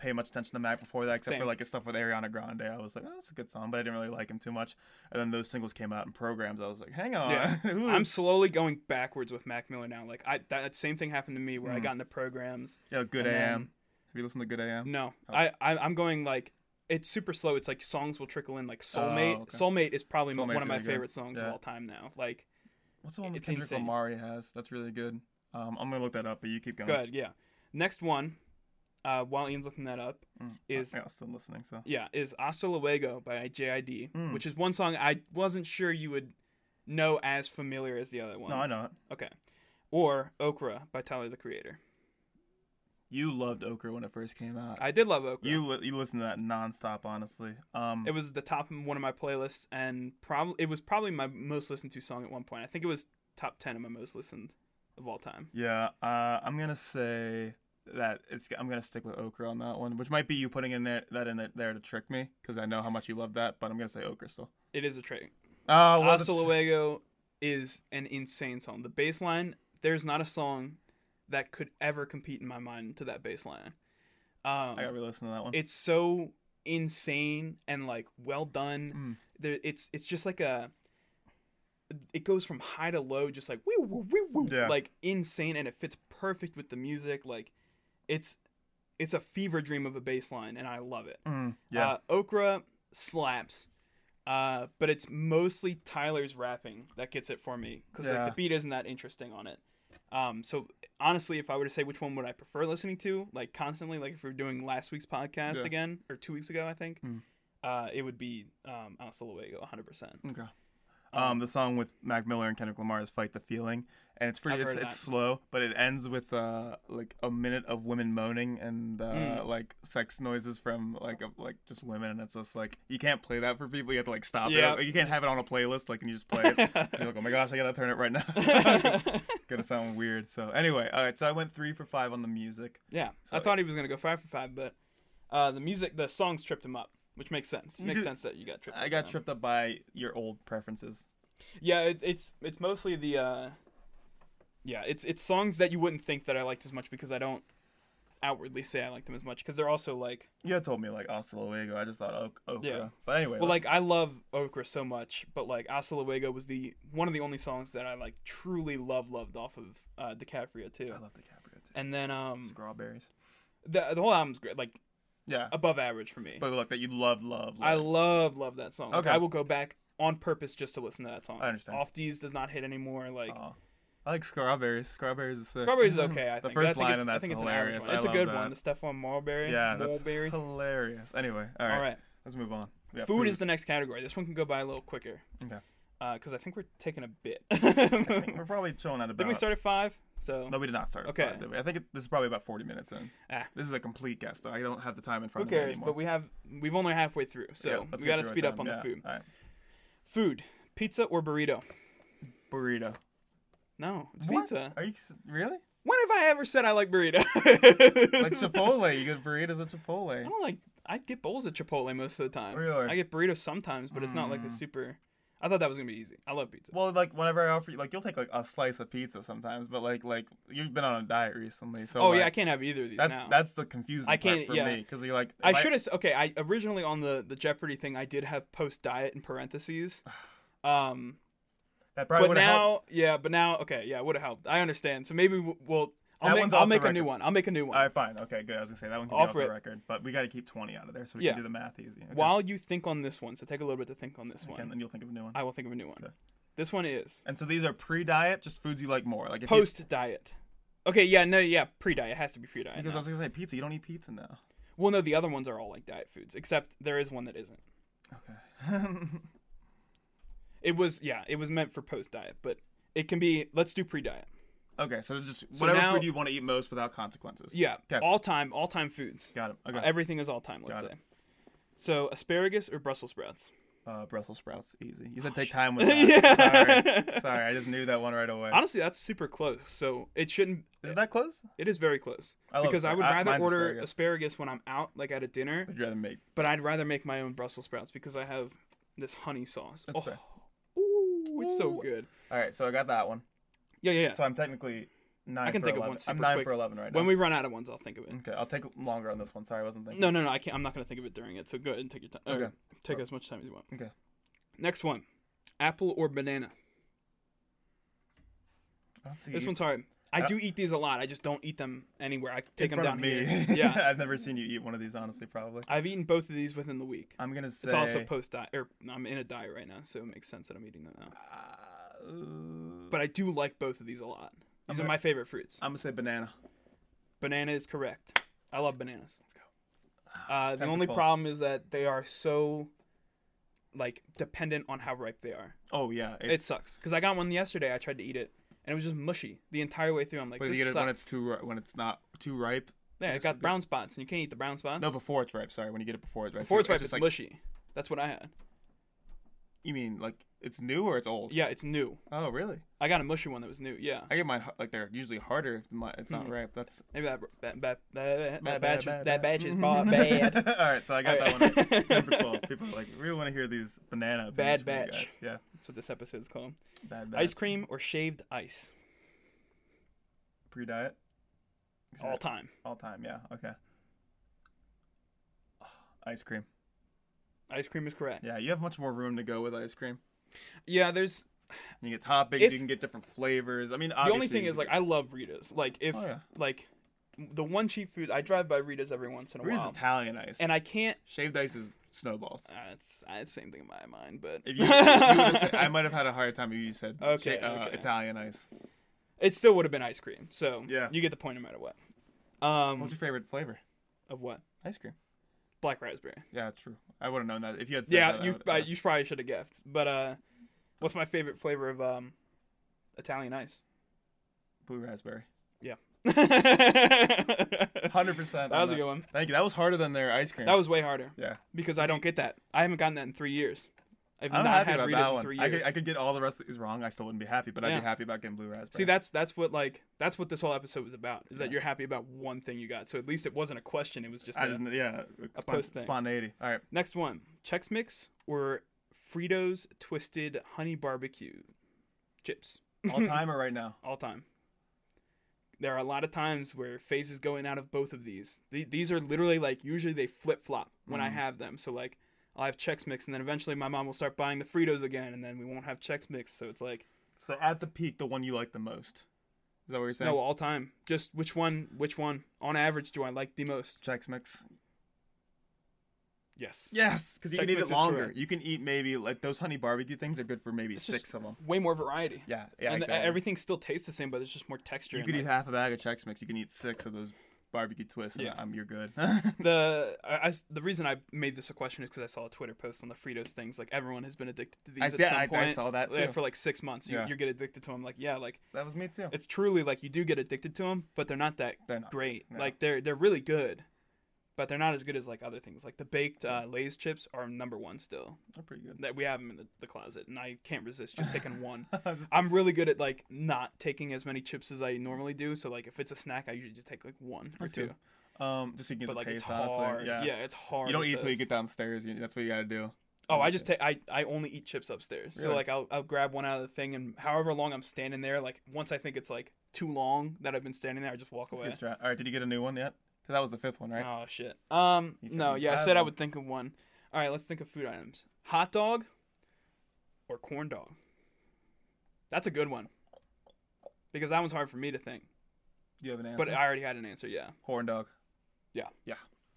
pay much attention to Mac before that, except for Same. like his stuff with Ariana Grande. I was like, oh, that's a good song, but I didn't really like him too much. And then those singles came out in programs. I was like, hang on, Yeah. <laughs> who I'm is slowly going backwards with Mac Miller now. Like I, that, that same thing happened to me where I Hmm. got into programs. Yo, Good and AM? then- Have you listened to Good AM? No, I, I I'm going like it's super slow. It's like songs will trickle in. Like Soulmate. Oh, okay. Soulmate is probably Soulmate's one of my really good. favorite songs Yeah. of all time now. Like What's the one with It's Kendrick insane. Lamar he has? That's really good. Um, I'm gonna look that up, but you keep going. good. Yeah. Next one. Uh, while Ian's looking that up, Mm, Is- I, yeah, I'm still listening. So Yeah, is Hasta Luego by JID, Mm. which is one song I wasn't sure you would know as familiar as the other ones. no, I know it. Okay. Or Okra by Tyler the Creator. You loved Okra when it first came out. I did love Okra. you li- you listened to that nonstop, honestly. Um, It was the top of one of my playlists and probably it was probably my most listened to song at one point. I think it was top 10 of my most listened of all time. Yeah, uh, I'm gonna say that it's. I'm gonna stick with okra on that one, which might be you putting in there that in there to trick me because I know how much you love that. But I'm gonna say okra still. It is a trick. Oh, it was Hasta a tr- Luego is an insane song. The bass line, there's not a song that could ever compete in my mind to that bass line. Um, I gotta re-listen to that one. it's so insane and like well done. Mm. There, it's it's just like a. It goes from high to low, just like woo woo woo woo, Yeah. like insane, and it fits perfect with the music. Like, it's it's a fever dream of a bass line, and I love it. Mm, yeah, Uh, Okra slaps, uh, but it's mostly Tyler's rapping that gets it for me because Yeah. like the beat isn't that interesting on it. Um, so honestly, if I were to say which one would I prefer listening to, like constantly, like if we were doing last week's podcast Yeah. again or two weeks ago, I think, Hmm. uh, it would be um, Ana Soloego, 100. <laughs> percent <laughs> Okay. Um, the song with Mac Miller and Kendrick Lamar is "Fight the Feeling," and it's pretty. I've It's, heard it's that. slow, but it ends with uh, like a minute of women moaning and uh, Mm. like sex noises from like a, like just women, and it's just like you can't play that for people. You have to like stop Yeah. it. You can't have it on a playlist. Like, and you just <laughs> play it. So you're like, oh my gosh, I gotta turn it right now. <laughs> gonna sound weird. So anyway, all right. So I went three for five on the music. yeah, So- I thought he was gonna go five for five, but uh, the music, the songs tripped him up, which makes sense. You makes did- sense that you got tripped. I up got now. tripped up by your old preferences. Yeah, it, it's it's mostly the uh yeah, it's it's songs that you wouldn't think that I liked as much because I don't outwardly say I like them as much because they're also like You had told me like Oscillago. I just thought ok Okra. Yeah. But anyway, well let's- like I love Okra so much, but like Oscillago was the one of the only songs that I like truly love loved off of uh DiCaprio too. I love DiCaprio too. And then um Strawberries. the the whole album's great, like Yeah. above average for me. But look, that you love, love, I love. love love that song. Like, Okay. I will go back on purpose just to listen to that song. I understand. Off D's does not hit anymore like Aw. uh, I like strawberries. Strawberries is sick. Strawberry's okay, I think. <laughs> Mm-hmm. the I first think line it's- in I that's think it's an average hilarious. one. It's I a love good that. one. The stuff on Mulberry. Yeah, that's Mulberry. hilarious. Anyway, all right, All right. let's move on. Yeah, food, is the next category. This one can go by a little quicker. Okay. Because I think we're taking a bit. <laughs> <laughs> <laughs> I think we're probably chilling at about. Didn't we start at five? So No, we did not start. at Okay. five, did we? I think it, this is probably about 40 minutes in. Ah. This is a complete guess, though. I don't have the time in who front of me cares? anymore. But we have we've only halfway through, so Yeah, let's we got get to through it speed up on then. Yeah, the food. All right. Food, pizza or burrito? Burrito. No, it's What? pizza. Are you s- <laughs> really? When have I ever said I like burritos? Like Chipotle. You get burritos at <laughs> Chipotle. I don't like. I get bowls at Chipotle most of the time. Really? I get burritos sometimes, but it's not like a Mm. super. I thought that was gonna be easy. I love pizza. Well, like whenever I offer you, like you'll take like a slice of pizza sometimes, but like like you've been on a diet recently, so oh like, yeah, I can't have either of these that's now. that's the confusing I part can't- for yeah. me because you're like if I should have. Okay, I originally on the the Jeopardy thing, I did have post diet in <sighs> parentheses. Um, that but probably would have now, helped. yeah, but now, okay, yeah, would have helped. I understand. So maybe we'll. we'll I'll That make, one's I'll off the make a new record. one. I'll make a new one. All right, fine, okay, good. I was gonna say that one can Off be off it. the record, but we got to keep twenty out of there so we Yeah. can do the math easy. Okay. While you think on this one, so take a little bit to think on this okay, and one. then you'll think of a new one. I will think of a new one. Okay. This one is and so these are pre-diet, just foods you like more, like if you- post diet. Okay, yeah, no, yeah, pre diet. It has to be pre diet. because I was gonna say pizza, you don't eat pizza now. <laughs> Well, no, the other ones are all like diet foods, except there is one that isn't. Okay. It was, yeah, it was meant for post diet, but it can be, let's do pre diet. okay, so it's just whatever now- food you want to eat most without consequences. Yeah, Okay. all time, all time foods. Got it. Uh, Okay. Everything is all time, let's Got say. it. So asparagus or Brussels sprouts? Uh, Brussels sprouts, easy. You said take <laughs> time with that. Sorry. yeah. Sorry, I just knew that one right away. Honestly, that's super close. So it shouldn't. Is that close? It is very close I love because I aspar- would I- rather mine's order asparagus. asparagus. when I'm out, like at a dinner, Would you rather make? but I'd rather make my own Brussels sprouts because I have this honey sauce. That's oh, fair. Ooh, it's so Ooh. good. All right, so I got that one. Yeah, yeah. yeah. So I'm technically nine. can for think of 11. one I'm super nine quick. for eleven right when now. we run out of ones, I'll think of it. Okay, I'll take longer on this one. Sorry, I wasn't thinking. No, no, no. I can't. I'm not gonna think of it during it. So go ahead and take your time. or Okay. Take as much time as you want. Okay. Next one, apple or banana. I don't see This you- one's hard. I Uh, do eat these a lot. I just don't eat them anywhere. I in take them front down of me. <laughs> here. <laughs> Yeah, I've never seen you eat one of these. Honestly, probably. I've eaten both of these within the week. I'm gonna say. It's also post diet, or I'm in a diet right now, so it makes sense that I'm eating them now. uh, But I do like both of these a lot. These I'm are a- my favorite fruits. I'm gonna say banana. Banana is correct. I love bananas. Let's go. Uh, the Time for only twelve. problem is that they are so, like, dependent on how ripe they are. Oh yeah. It It's, sucks. Cause I got one yesterday. I tried to eat it, and it was just mushy the entire way through. I'm like, but this you get it sucks. when it's too ri- when it's not too ripe. yeah, it got brown spots, and you can't eat the brown spots. No, before it's ripe. Sorry, when you get it before it's ripe. before it's too, ripe, it's, just like mushy. That's what I had. you mean like it's new or it's old. Yeah, it's new. Oh really? I got a mushy one that was new. Yeah, I get mine h- like they're usually harder if my, it's Mm-hmm. not ripe. That's maybe that that that, that, Bad, that bad, batch bad, that bad. batch is bad. bad. <laughs> All right, so I got <laughs> All that one. right. right. Ten for twelve. People are like really want to hear these banana. Bad opinions from you batch. guys. Yeah, That's what this episode's called. bad batch. Ice cream or shaved ice? pre diet. All time. All time. Yeah. Okay. Ice cream. Ice cream is correct. Yeah, you have much more room to go with ice cream. Yeah, there's You get toppings. If- you can get different flavors. I mean, the obviously, only thing you is can like I love Rita's. Like if Oh, yeah. like the one cheap food I drive by Rita's every once in a get- Reese's while, Italian ice, and I can't. shaved ice is snowballs. Uh, it's uh, it's the same thing in my mind, but <laughs> If you, if you would've said, I might have had a hard time if you said Okay, sha- uh, okay. Italian ice. It still would have been ice cream. So Yeah. you get the point no matter what. Um, What's your favorite flavor? of what? Ice cream. Black raspberry. Yeah, that's true. I would have known that if you had. Said yeah, that, I you would've- uh, yeah. you probably should have guessed. But uh, what's my favorite flavor of um, Italian <laughs> ice? <laughs> blue raspberry. that Hundred percent. was a good one. Thank you. That was harder than their ice cream. That was way harder yeah. because I don't get that. I haven't gotten that in three years. I've I'm not had happy about Ritas that in one. three I years. could, I could get all the rest of these wrong. I still wouldn't be happy, but I'd Yeah. be happy about getting blue raspberry. See, that's that's what like that's what this whole episode was about. Is that Yeah. you're happy about one thing you got. So at least it wasn't a question. It was just, I a- just yeah. spon- post thing. Spontaneity. <laughs> All right. next one. Chex Mix or Fritos Twisted Honey Barbecue chips. All time or right now? all time. There are a lot of times where phases go in and out of both of these. The- these are literally like usually they flip flop when I Mhm. have them. So like I'll have Chex Mix and then eventually my mom will start buying the Fritos again and then we won't have Chex Mix. So it's like So at the peak, the one you like the most. Is that what you're saying? no uh, all time. Just which one which one on average do I like the most? Chex Mix. Yes. Yes, because you Chex can eat Mix it is longer. correct. You can eat maybe like those honey barbecue things are good for maybe It's six just- of them. Way more variety. Yeah, yeah, and exactly. everything still tastes the same but there's just more texture. you in could it. eat half a bag of Chex Mix. You can eat six of those barbecue twists, and Yeah. um, you're good. <laughs> the I, I s- the reason I made this a question is because I saw a Twitter post on the Fritos things. Like everyone has been addicted to these I, at yeah, some I, point. I saw that too. Yeah, for like six months, you, Yeah. you get addicted to them. Like, yeah, like that was me too. it's truly like you do get addicted to them, but they're not that They're not. great. No. Like they're they're really good, but they're not as good as like other things. Like the baked uh, Lay's chips are number one still. They're pretty good. <laughs> That we have them in the, the closet, and I can't resist just <sighs> taking one. I was just- I'm really good at like not taking as many chips as I normally do. So like if it's a snack, I usually just take like one or, Or two. two. um, just so you can get But the like taste, it's hard. honestly. Yeah. Yeah. it's hard. You don't with eat till you those. get downstairs. You, that's what you gotta do. Oh, I just take I, I only eat chips upstairs. So Really? like I'll I'll grab one out of the thing and however long I'm standing there, like once I think it's like too long that I've been standing there, I just walk Let's away. get stra- All right, did you get a new one yet? 'Cause that was the fifth one, right? Oh shit. Um You said no, you yeah, I had said I one. would think of one. All right, let's think of food items. Hot dog or corn dog. That's a good one. Because that one's hard for me to think. Do You have an answer. But I already had an answer, yeah. corn dog.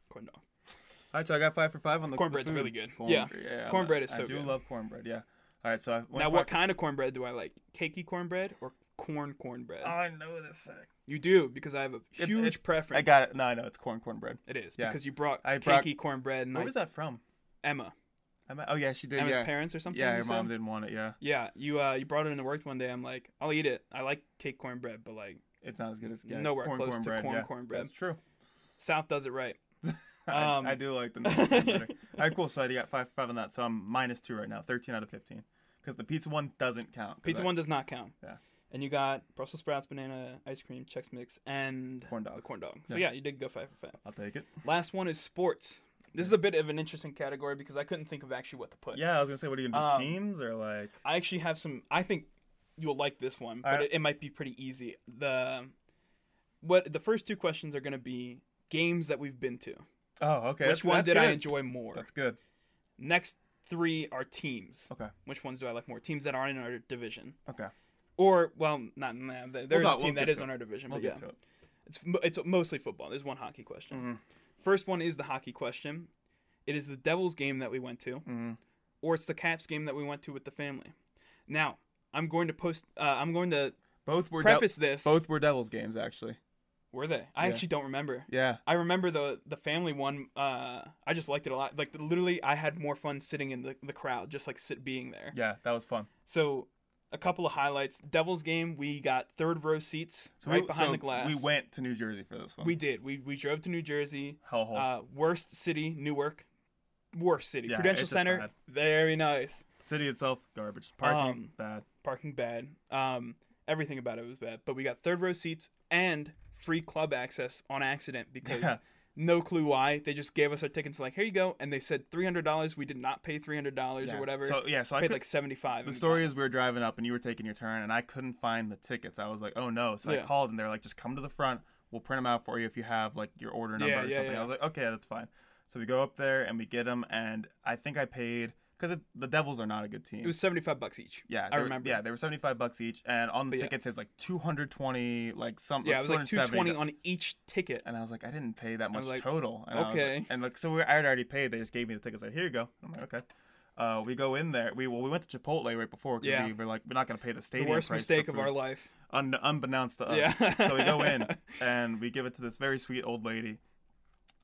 Corn dog. All right, so I got five for five on the the Cornbread's food. really good. Yeah. yeah, I'm- Cornbread is I so do good. love cornbread. Yeah. All right, so I went now five what for- kind of cornbread do I like? Cakey cornbread or corn cornbread? Oh, I know this. you do because I have a Uh, It- huge preference. I got it. No, I know it's corn cornbread. It is Yeah. because you brought I brought- cakey cornbread and Where I, was that from? Emma, I'm, oh yeah, she did. Emma's yeah, parents or something. yeah, you her mom said? didn't want it. Yeah, Yeah, you uh, you brought it into work one day. I'm like, I'll eat it. I like cake cornbread, but like it's not as good as yeah, nowhere corn close cornbread, to corn yeah. cornbread. That's true. South does it right. <laughs> I, Um, I do <laughs> like the normal corn better. All right, cool. So I got five for five on that. So I'm minus two right now, thirteen out of fifteen, because the pizza one doesn't count. 'cause Pizza I- one does not count. Yeah. And you got Brussels sprouts, banana ice cream, Chex Mix, and corn the dog. corn dog. So yeah. Yeah. you did go five for five. I'll take it. Last one is sports. This is a bit of an interesting category because I couldn't think of actually what to put. Yeah, I was gonna say, what are you gonna do? Um, uh, teams or like? I actually have some. I think you'll like this one, but Alright. it, it might be pretty easy. The what the first two questions are going to be games that we've been to. Oh, okay. Which that's- one that's did I good. enjoy more? That's Oh. good. Next three are teams. Okay. Which ones do I like more? Teams that aren't in our division, Okay. or well, not nah, th- there's talk- a we'll team that get is to on our division, We'll but yeah, get to it. it's mo- it's mostly football. There's one hockey question. Mhm. First one is the hockey question. It is the Devils game that we went to. Mm-hmm. or it's the Caps game that we went to with the family. Now, I'm going to post. Uh, I'm going to Both were de- preface this. both were Devils games actually. were they? I Yeah. actually don't remember. Yeah. I remember the the family one. Uh, I just liked it a lot. Like literally, I had more fun sitting in the, the crowd, just like sit being there. Yeah, that was fun. So, a couple of highlights. Devils game, we got third row seats So right we, behind so the glass. We went to New Jersey for this one. We did. We we drove to New Jersey. hellhole. Uh, worst city, Newark. Worst city. Oh. Yeah, Prudential it's just Center, bad. very nice. City itself, garbage. Parking, um, bad. parking bad. Um, everything about it was bad. But we got third row seats and free club access on accident because Yeah. no clue why they just gave us our tickets. Like here you go, and they said three hundred dollars. We did not pay three hundred dollars Yeah. or whatever. So yeah, so I paid could, like seventy five. the story is we were driving up and you were taking your turn and I couldn't find the tickets. I was like, oh no. So I Yeah. called and they're like, just come to the front. We'll print them out for you if you have like your order number Yeah, or yeah, something. yeah. I was like, okay, that's fine. So we go up there and we get them and I think I paid because the Devils are not a good team. It was seventy five bucks each. Yeah, I they were- remember. Yeah, they were seventy five bucks each, and on the But yeah. tickets it's like two hundred twenty, like some. Yeah, it was like two 270. twenty on each ticket. And I was like, I didn't pay that much was like, total. And I was like- okay. and like, so we, I had already paid. They just gave me the tickets. Like, here you go. I'm like, okay. Uh, we go in there. We well, we went to Chipotle right before. 'cause Yeah. We were like, we're not gonna pay the The stadium. worst price mistake for of food." our life. un- unbeknownst to us. Yeah. so we go <laughs> in and we give it to this very sweet old lady.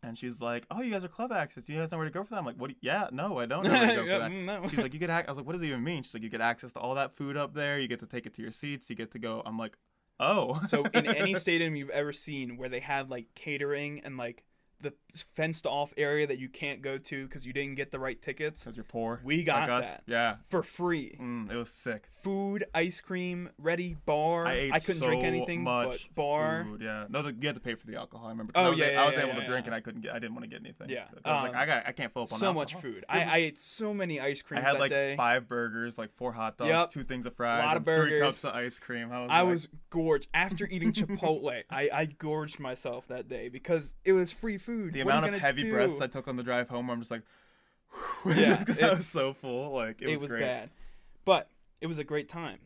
And she's like, "Oh, you guys are club access. You guys know where to go for that." I'm like, "What? do you- yeah, no, I don't know <laughs> where to go for Yeah, that." mm, no. She's like, you get. Ac-. I was like, what does it even mean? She's like, you get access to all that food up there. You get to take it to your seats. You get to go. I'm like, oh. So <laughs> in any stadium you've ever seen where they have like catering and like the fenced off area that you can't go to because you didn't get the right tickets because you're poor, We got like us. that. Yeah, for free. mm, it was sick. Food, ice cream, ready, bar. I ate couldn't so drink anything much but bar. Food, yeah, no, the, you had to pay for the alcohol. I remember. Oh, I was, yeah, a- yeah, I was yeah, able yeah, to drink, yeah. and I couldn't get. I didn't want to get anything. Yeah, So I was like, um, I got. I can't fill up on So much alcohol. food. It I, was- I ate so many ice I creams had that like day. five burgers, like four hot dogs, Yup. two things of fries, Lot of and three burgers. cups of ice cream. I was. I like, was gorged after <laughs> eating Chipotle. I, I gorged myself that day because it was free food. the What are you amount of gonna heavy do? breaths I took on the drive home. I'm just like, <laughs> Yeah, because I it's- was so full. Like it, it was great. bad, but it was a great time.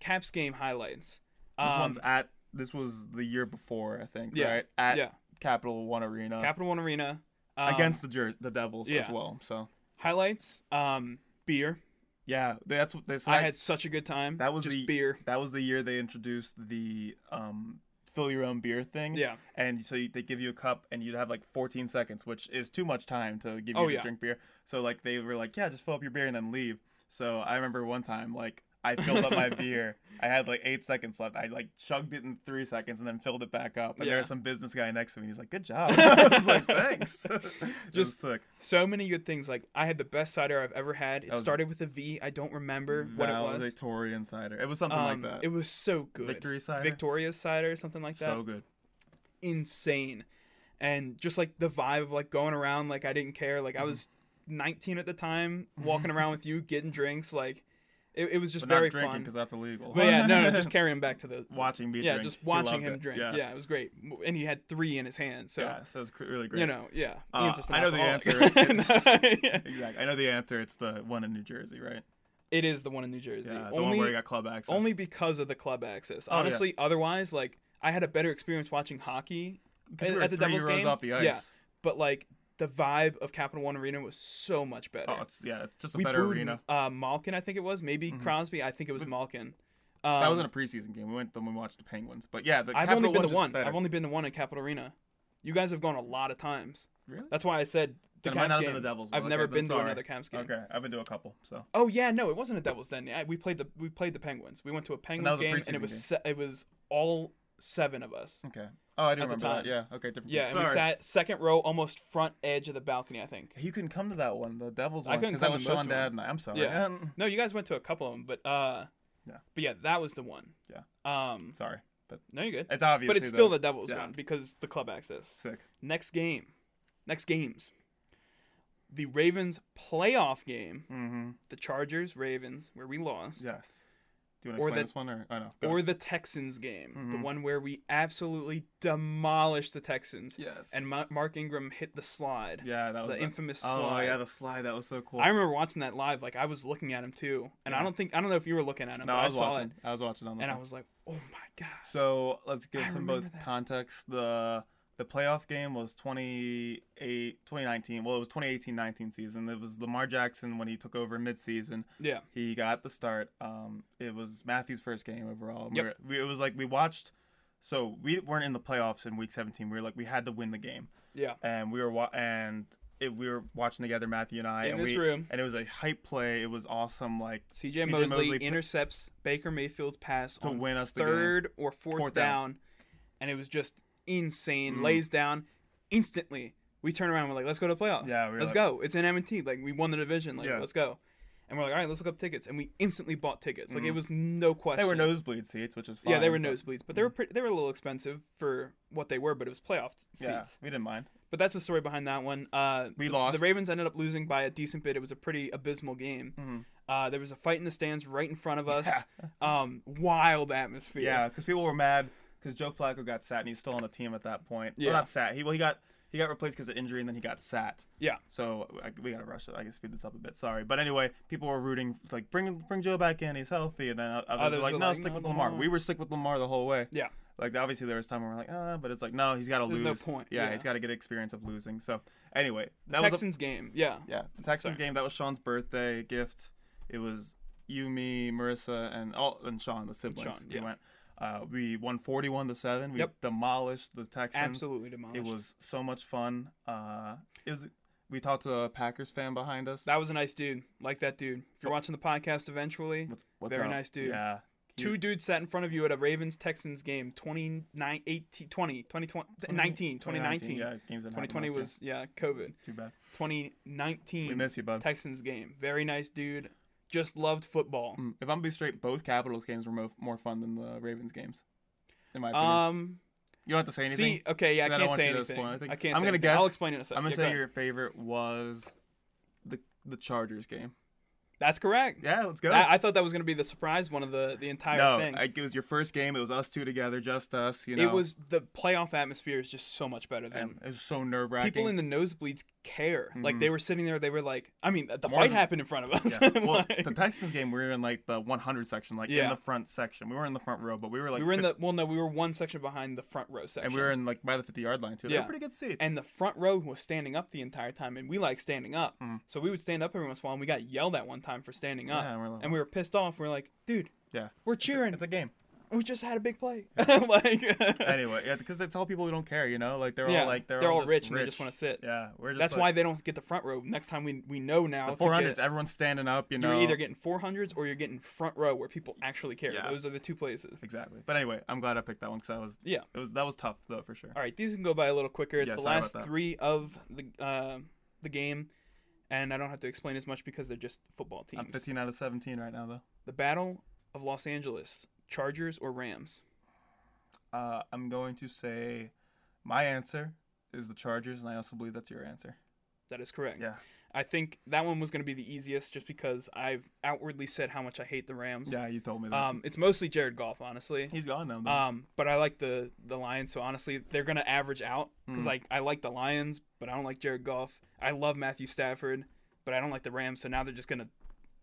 Caps game highlights. This Um, one's at this was the year before, I think, Yeah, right? At yeah. Capital One Arena Capital One Arena um, against the Jer- the Devils as yeah. well. So highlights. Um, beer. yeah, that's what they so I that- had such a good time. that was just the- beer. That was the year they introduced the um fill your own beer thing. Yeah. And so you, they give you a cup and you'd have like 14 seconds, which is too much time to give you Oh, to yeah. drink beer. So like they were like, yeah, just fill up your beer and then leave. So I remember one time like I filled <laughs> up my beer. I had like eight seconds left. I like chugged it in three seconds and then filled it back up. And there Yeah. was some business guy next to me. And he's like, <laughs> "Good job." <laughs> I was like, "Thanks." Just just sick. So many good things. Like I had the best cider I've ever had. It was- started with a V. I don't remember what it was. Valedictorian cider. It was something Um, like that. It was so good. Victory cider. Victoria's cider, something like that. so good. insane and just like the vibe of like going around like i didn't care Mm-hmm. like i was 19 at the time <laughs> walking around with you getting drinks like it, it was just But very not drinking fun because that's illegal. but yeah <laughs> no no just carrying back to the watching me yeah drink. just He watching loved him it. drink yeah. it was great and he had three in his hand so yeah, so it's cr- really great. you know yeah Uh, Ian's just an I know the alcoholic. <laughs> answer. Yeah. exactly. I know the answer. It's the one in New Jersey, right? it is the one in new jersey Yeah, the only, one where you got club access. only because of the club access Oh, yeah. honestly otherwise like i had a better experience watching hockey 'Cause we at were the three Devils rows game? off the ice. Yeah. but like the vibe of Capital One Arena was so much better. Oh, it's, yeah, it's just a we better booed, arena. Mm-hmm. Uh, Malkin, I think it was maybe Crosby. I think it was Malkin. Um, that was in a preseason game. We went when we watched the Penguins, but yeah, the I've only Capital been One's to just one. better. I've only been to one at Capital Arena. You guys have gone a lot of times. Really? That's why I said the Then it might Caps not have game. been the Devils. I've Okay, never then been to sorry. another Caps game. Okay, I've been to a couple. So Oh yeah, no, it wasn't a Devils then. I, we played the we played the Penguins. We went to a Penguins was a game and preseason it was game. se- it was all seven of us. okay. Oh, I do At the remember that. time. Yeah. Okay, different. Yeah, game. and Sorry. we sat second row, almost front edge of the balcony. I think. He couldn't come to that one, the Devils I one, couldn't because that come was to most Sean of them. Dad and I. <laughs> I'm sorry. Yeah. Um, No, you guys went to a couple of them, but uh, Yeah. but yeah, that was the one. Yeah. Um, sorry, but no, you're good. it's obvious. But it's still the Devils yeah. one because the club access. sick. Next game, next games, the Ravens playoff game, Mm-hmm. the Chargers Ravens where we lost, Yes. Do you want to Or explain the- this one or oh, I know? or the Texans game, the Mhm. one where we absolutely demolished the Texans, yes. and Ma- Mark Ingram hit the slide, yeah, that was the infamous Oh slide. yeah, the slide that was so cool. I remember watching that live. Like I was looking at him too, and I Yeah. don't think I don't know if you were looking at him. no, but I was saw watching. it, I was watching on the. and I phone. was like, "Oh my god!" So let's give I some remember both that. context. The the playoff game was 28, 2019. Well, it was 2018-19 season. It was Lamar Jackson when he took over midseason. Yeah. He got the start. Um, it was Matthew's first game overall. Yep. We were, we, it was like we watched. So we weren't in the playoffs in week 17. We were like we had to win the game. Yeah. and we were wa- and it, we were watching together, Matthew and I, In and this we, room. and it was a hype play. It was awesome, like CJ, CJ Mosley, Mosley p- intercepts Baker Mayfield's pass to on win us the game. third or fourth, Fourth down. down. and it was just insane. Mhm. Lays down instantly. We turn around. We're like, let's go to playoffs. Yeah, we were let's like- go. It's an M&T. Like we won the division. Like Yeah. let's go. And we're like, all right, let's look up tickets. And we instantly bought tickets. Like it was no question. Mm. They were nosebleed seats, which is fine. yeah, they were but- Mm. nosebleeds, but they were pretty, they were a little expensive for what they were, but it was playoff s- seats. Yeah, we didn't mind. But that's the story behind that one. Uh, We the- lost. The Ravens ended up losing by a decent bit. It was a pretty abysmal game. Mhm. Uh, there was a fight in the stands right in front of us. Yeah. Um, wild atmosphere. Yeah, because people were mad because Joe Flacco got sat and he's still on the team at that point. Yeah, Yeah. not sat. He well he got he got replaced because of injury and then he got sat. Yeah. So I, we gotta rush it. I can speed this up a bit. Sorry, but anyway, people were rooting like bring bring Joe back in. He's healthy. And then others, Others were like, were no, like, stick no, with Lamar. Lamar. We were stick with Lamar the whole way. Yeah. Like obviously there was time where we're like, ah, but it's like no, he's got to lose. There's no point, Yeah, yeah. he's got to get experience of losing. So anyway, that was a, Texans game. Yeah. yeah the Texans game. That was Sean's birthday gift. It was you, me, Marissa, and all and Sean the siblings. Sean, we yeah. went. Uh, we won 41 to 7. We Yep. demolished the Texans. Absolutely demolished. It was so much fun. Uh, it was. We talked to the Packers fan behind us. That was a nice dude. Like that dude. If you're watching the podcast eventually, What's, what's very up? nice dude. Yeah. two dudes sat in front of you at a Ravens Texans game 29 18 20 2020 19 2019 Yeah, games in 2020 was yeah covid too bad. We 2019 miss you, bud. Texans game very nice dude just loved football Mm, If I'm gonna be straight, both Capitals games were mo- more fun than the Ravens games, in my opinion. um you don't have to say anything. see okay yeah I Then I can't don't want say you to anything spoil anything. I can't I'm say gonna anything. I'll guess- explain in a 2nd I'm gonna say your favorite was the the Chargers game. that's correct Yeah, let's go. I, I thought that was gonna be the surprise one of the the entire no, thing I, it was your first game. It was us two together, just us. You know, it was the playoff atmosphere is just so much better than and it was so nerve wracking. people in the nosebleeds care. Like Mhm. they were sitting there, they were like, I mean, the More fight than- happened in front <laughs> of us. yeah. Well, Like, the Texans game, we were in like the 100 section, like Yeah. in the front section. We were in the front row, but we were like we were in fif- the well, no, we were one section behind the front row section, and we were in like by the 50 yard line too. They Yeah. were pretty good seats. And the front row was standing up the entire time, and we like standing up, Mhm. so we would stand up every once in a while. And we got yelled at one time for standing up, yeah, and we're like, and we were pissed off. We are like, dude, yeah, we're It's a- cheering. It's <laughs> a game. we just had a big play. <laughs> like, anyway, yeah, because it's all people who don't care, you know, like they're yeah, all like they're, all, just rich, and they just want to sit. Yeah, we're just That's like, why they don't get the front row. Next time we we know now. the to get- 400s. Everyone's standing up, you know. You're either getting 400s or you're getting front row where people actually care. Yeah. Those are the two places. exactly. But anyway, I'm glad I picked that one because that was Yeah. it was that was tough though for sure. All right, these can go by a little quicker. It's Yeah, the sorry about last that. three of the uh, the game, and I don't have to explain as much because they're just football teams. I'm 15 out of 17 right now though. The Battle of Los Angeles: Chargers or Rams? Uh, I'm going to say my answer is the Chargers, and I also believe that's your answer. That is correct. Yeah, I think that one was going to be the easiest, just because I've outwardly said how much I hate the Rams. yeah, you told me that. Um, it's mostly Jared Goff, honestly. He's gone now. Though. Um, but I like the the Lions, so honestly, they're gonna average out because Mm. like I like the Lions, but I don't like Jared Goff. I love Matthew Stafford, but I don't like the Rams, so now they're just gonna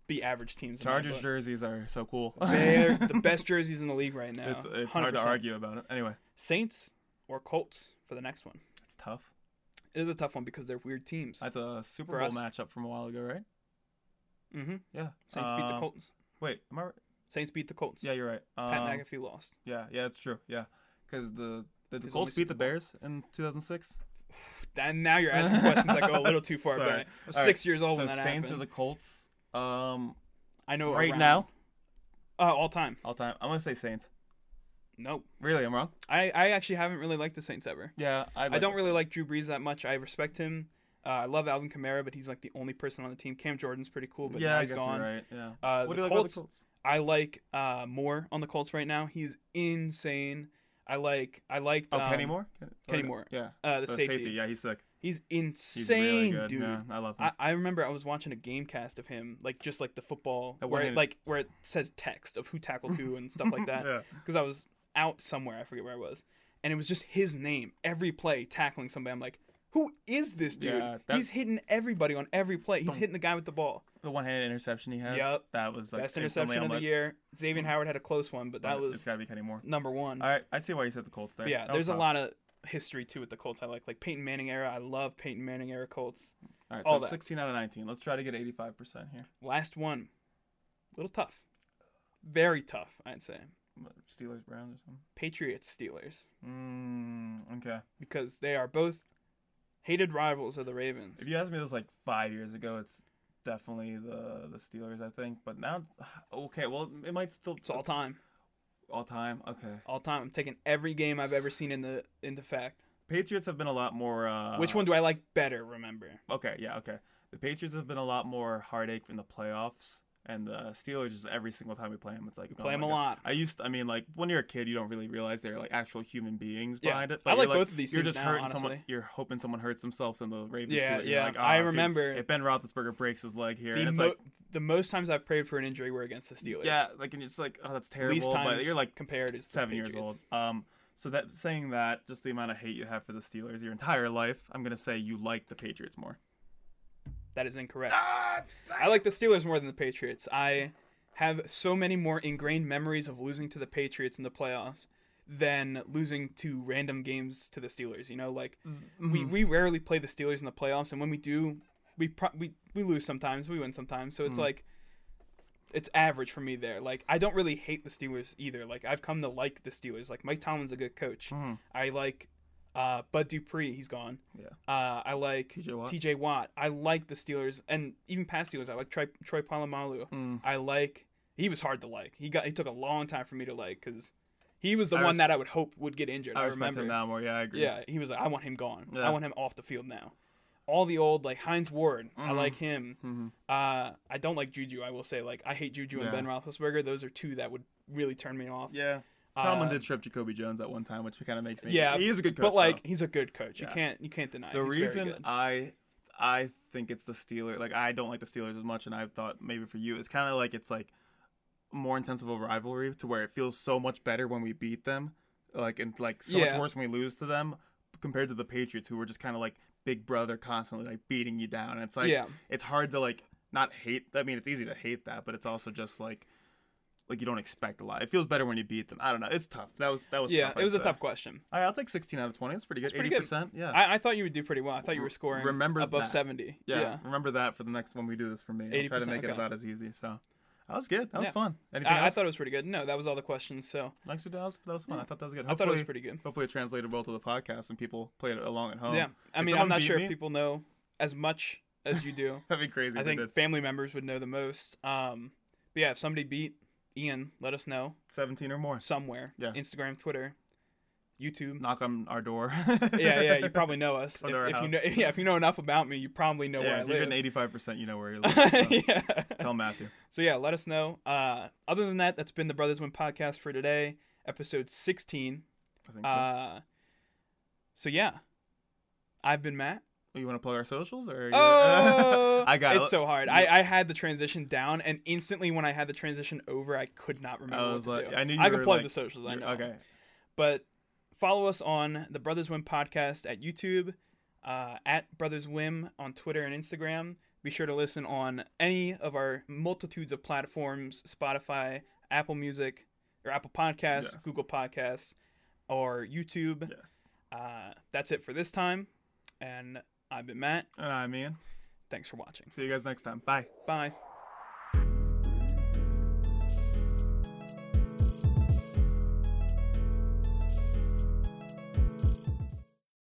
be average teams. in my Chargers book. jerseys are so cool. <laughs> <laughs> they're the best jerseys in the league right now. It's it's hard to 100%. argue about it. Anyway, Saints or Colts for the next one. it's tough. It is a tough one because they're weird teams. That's a Super For Bowl us. matchup from a while ago, right? hmm Yeah. Saints beat the Um, Colts. Wait, am I right? Saints beat the Colts. Yeah, you're right. Um, Pat McAfee lost. Yeah, yeah, it's true. Yeah, because the the, the His Colts only beat Super the Bowl. Bears in 2006. And now you're <laughs> asking questions that go a little too far Sorry. back. I was All right. six years old so Oh, when that Saints happened. or the Colts. Um, I know right around- now, uh, all time. all time. I'm gonna say Saints. Nope. Really, I'm wrong. I, I actually haven't really liked the Saints ever. Yeah, I, I don't really like Drew Brees that much. I respect him. Uh, I love Alvin Kamara, but he's like the only person on the team. Cam Jordan's pretty cool, but yeah, now I he's guess gone. you're right. Yeah. Uh, what the do you Colts, like about I like uh, Moore on the Colts right now. He's insane. I like I liked the Colts? Oh, um, Kenny Moore. Ken- Kenny or- Moore. Yeah. Uh, the, The safety. Yeah, he's sick. He's He's insane, really good. dude. Yeah, I love him. I, I remember I was watching a game cast of him, like just like the football That where it, one-handed- like where it says text of who tackled who and stuff <laughs> like that. yeah. because I was out somewhere. I forget where I was, and it was just his name every play tackling somebody. I'm like, who is this dude? Yeah, that- He's hitting everybody on every play. He's Boom. hitting the guy with the ball. The one-handed interception he had. Yup. That was like Best instantly, interception I'm of the like, year. Xavier Howard had a close one, but that "Oh, It's was gotta be Kenny Moore. number one. All right, I see why you said the Colts there. But yeah, That was there's a tough. lot of history too with the Colts. I like like Peyton Manning era. I love Peyton Manning era Colts. All right, so all I'm that. 16 out of 19. Let's try to get 85 percent here. Last one, little tough, very tough. I'd say What, Steelers, Browns, or something. Patriots Steelers Mm, okay. because they are both hated rivals of the Ravens. If you asked me this like five years ago, it's definitely the the Steelers, I think. But now, <sighs> okay, well, it might still It's all time. all time. Okay, all time. I'm taking every game I've ever seen in the into fact. Patriots have been a lot more. Uh, Which one do I like better? Remember, Okay, yeah, okay. The Patriots have been a lot more heartache in the playoffs, and the Steelers just every single time we play them, it's like we oh play them my a God. lot. I used, I mean, like when you're a kid, you don't really realize they're like actual human beings Yeah. behind it. I But you're like both of these You're teams just now, hurting someone. honestly. You're hoping someone hurts themselves in the Ravens. Yeah, Steelers. You're yeah. like, I "Ah, dude, remember if Ben Roethlisberger breaks his leg here, and the, it's mo- like, the most times I've prayed for an injury were against the Steelers. yeah, like and it's like, oh, that's terrible. least times but you're like compared is the seven years old. Patriots. Um, so that saying that, just the amount of hate you have for the Steelers your entire life, I'm gonna say you like the Patriots more. that is incorrect. Ah. I like the Steelers more than the Patriots. I have so many more ingrained memories of losing to the Patriots in the playoffs than losing to random games to the Steelers. You know, like Mm-hmm. we, Hmm. we rarely play the Steelers Hmm. in the playoffs, and when we do, we pro- we we lose sometimes, we win sometimes. So it's like it's average for me there. Like I don't really hate the Steelers either. Like I've come to like the Steelers. Like Mike Tomlin's a good coach. Mhm. I like uh, Bud Dupree. He's gone. Yeah. Uh, I like T.J. Watt. T.J. Watt. I like the Steelers, and even past Steelers, I like Troy, Troy Polamalu. Mm. I like. He was hard to like. He got. He took a long time for me to like because he was the I one res- that I would hope would get injured. I, I respect remember. him now more. Yeah, I agree. Yeah, he was like, I want him gone. Yeah. I want him off the field now. All the old like Heinz Ward. I Mhm. like him. hmm Uh, I don't like Juju. I will say, like, I hate Juju Yeah. and Ben Roethlisberger. Those are two that would really turn me off. Yeah. Uh, Tomlin did trip Jacoby Jones at one time, which kind of makes me. Yeah, he is a good coach. but like, though. he's a good coach. Yeah. You can't, you can't deny it. the He's very reason good. I, I think it's the Steelers. Like I don't like the Steelers as much, and I thought maybe for you it's kind of like it's like more intense of a rivalry to where it feels so much better when we beat them, like and like so much Yeah. worse when we lose to them compared to the Patriots who were just kind of like big brother constantly like beating you down. And it's like yeah, it's hard to like not hate. I mean, it's easy to hate that, but it's also just like like you don't expect a lot. It feels better when you beat them. I don't know. It's tough. That was that was yeah, Tough, it I'd was a say. tough question. All right, I'll take 16 out of 20. That's pretty good. pretty 80 good. percent. Yeah. I, I thought you would do pretty well. I thought you were R- scoring remember above that. seventy. yeah. Yeah. Remember that for the next one we do this for me. I'll try to 80%, make it okay. about as easy. So that was good. That was Yeah. fun. Anything I, I else? thought it was pretty good. No, that was all the questions. So Thanks for that. was- That was fun. I thought that was good. I thought it Hopefully, was pretty good. hopefully it translated well to the podcast and people played it along at home. yeah, I Oh. if mean, someone I'm not beat sure me- if people know as much as you <laughs> do. <laughs> That'd be crazy. I if they think did. family members would know the most. Um, but yeah, if somebody beat Ian, let us know 17 or more. somewhere. Yeah. Instagram, Twitter, YouTube. Knock on our door. <laughs> yeah, yeah, you probably know us. Come If, to our if you know, house. <laughs> yeah, if you know enough about me, you probably know yeah, where I if you're live. getting 85%, you know where <laughs> you live. So. yeah. Tell Matthew. So yeah, let us know. Uh, other than that, that's been the Brothers Win podcast for today, episode sixteen. I think so. Uh, so yeah, I've been Matt. Oh, you want to plug our socials or? you- <laughs> Oh, I got it's it. so hard. I, I had the transition down, and instantly when I had the transition over, I could not remember. I what was to like- do. I knew you I could were, plug like, the socials. <laughs> I <laughs> You're- know. Okay. But follow us on the Brothers Wim podcast at YouTube, uh, at Brothers Wim on Twitter and Instagram. Be sure to listen on any of our multitudes of platforms Spotify, Apple Music, or Apple Podcasts, Yes. Google Podcasts, or YouTube. Yes. Uh, that's it for this time. And I've been Matt. And I'm Ian. Thanks for watching. See you guys next time. Bye. Bye.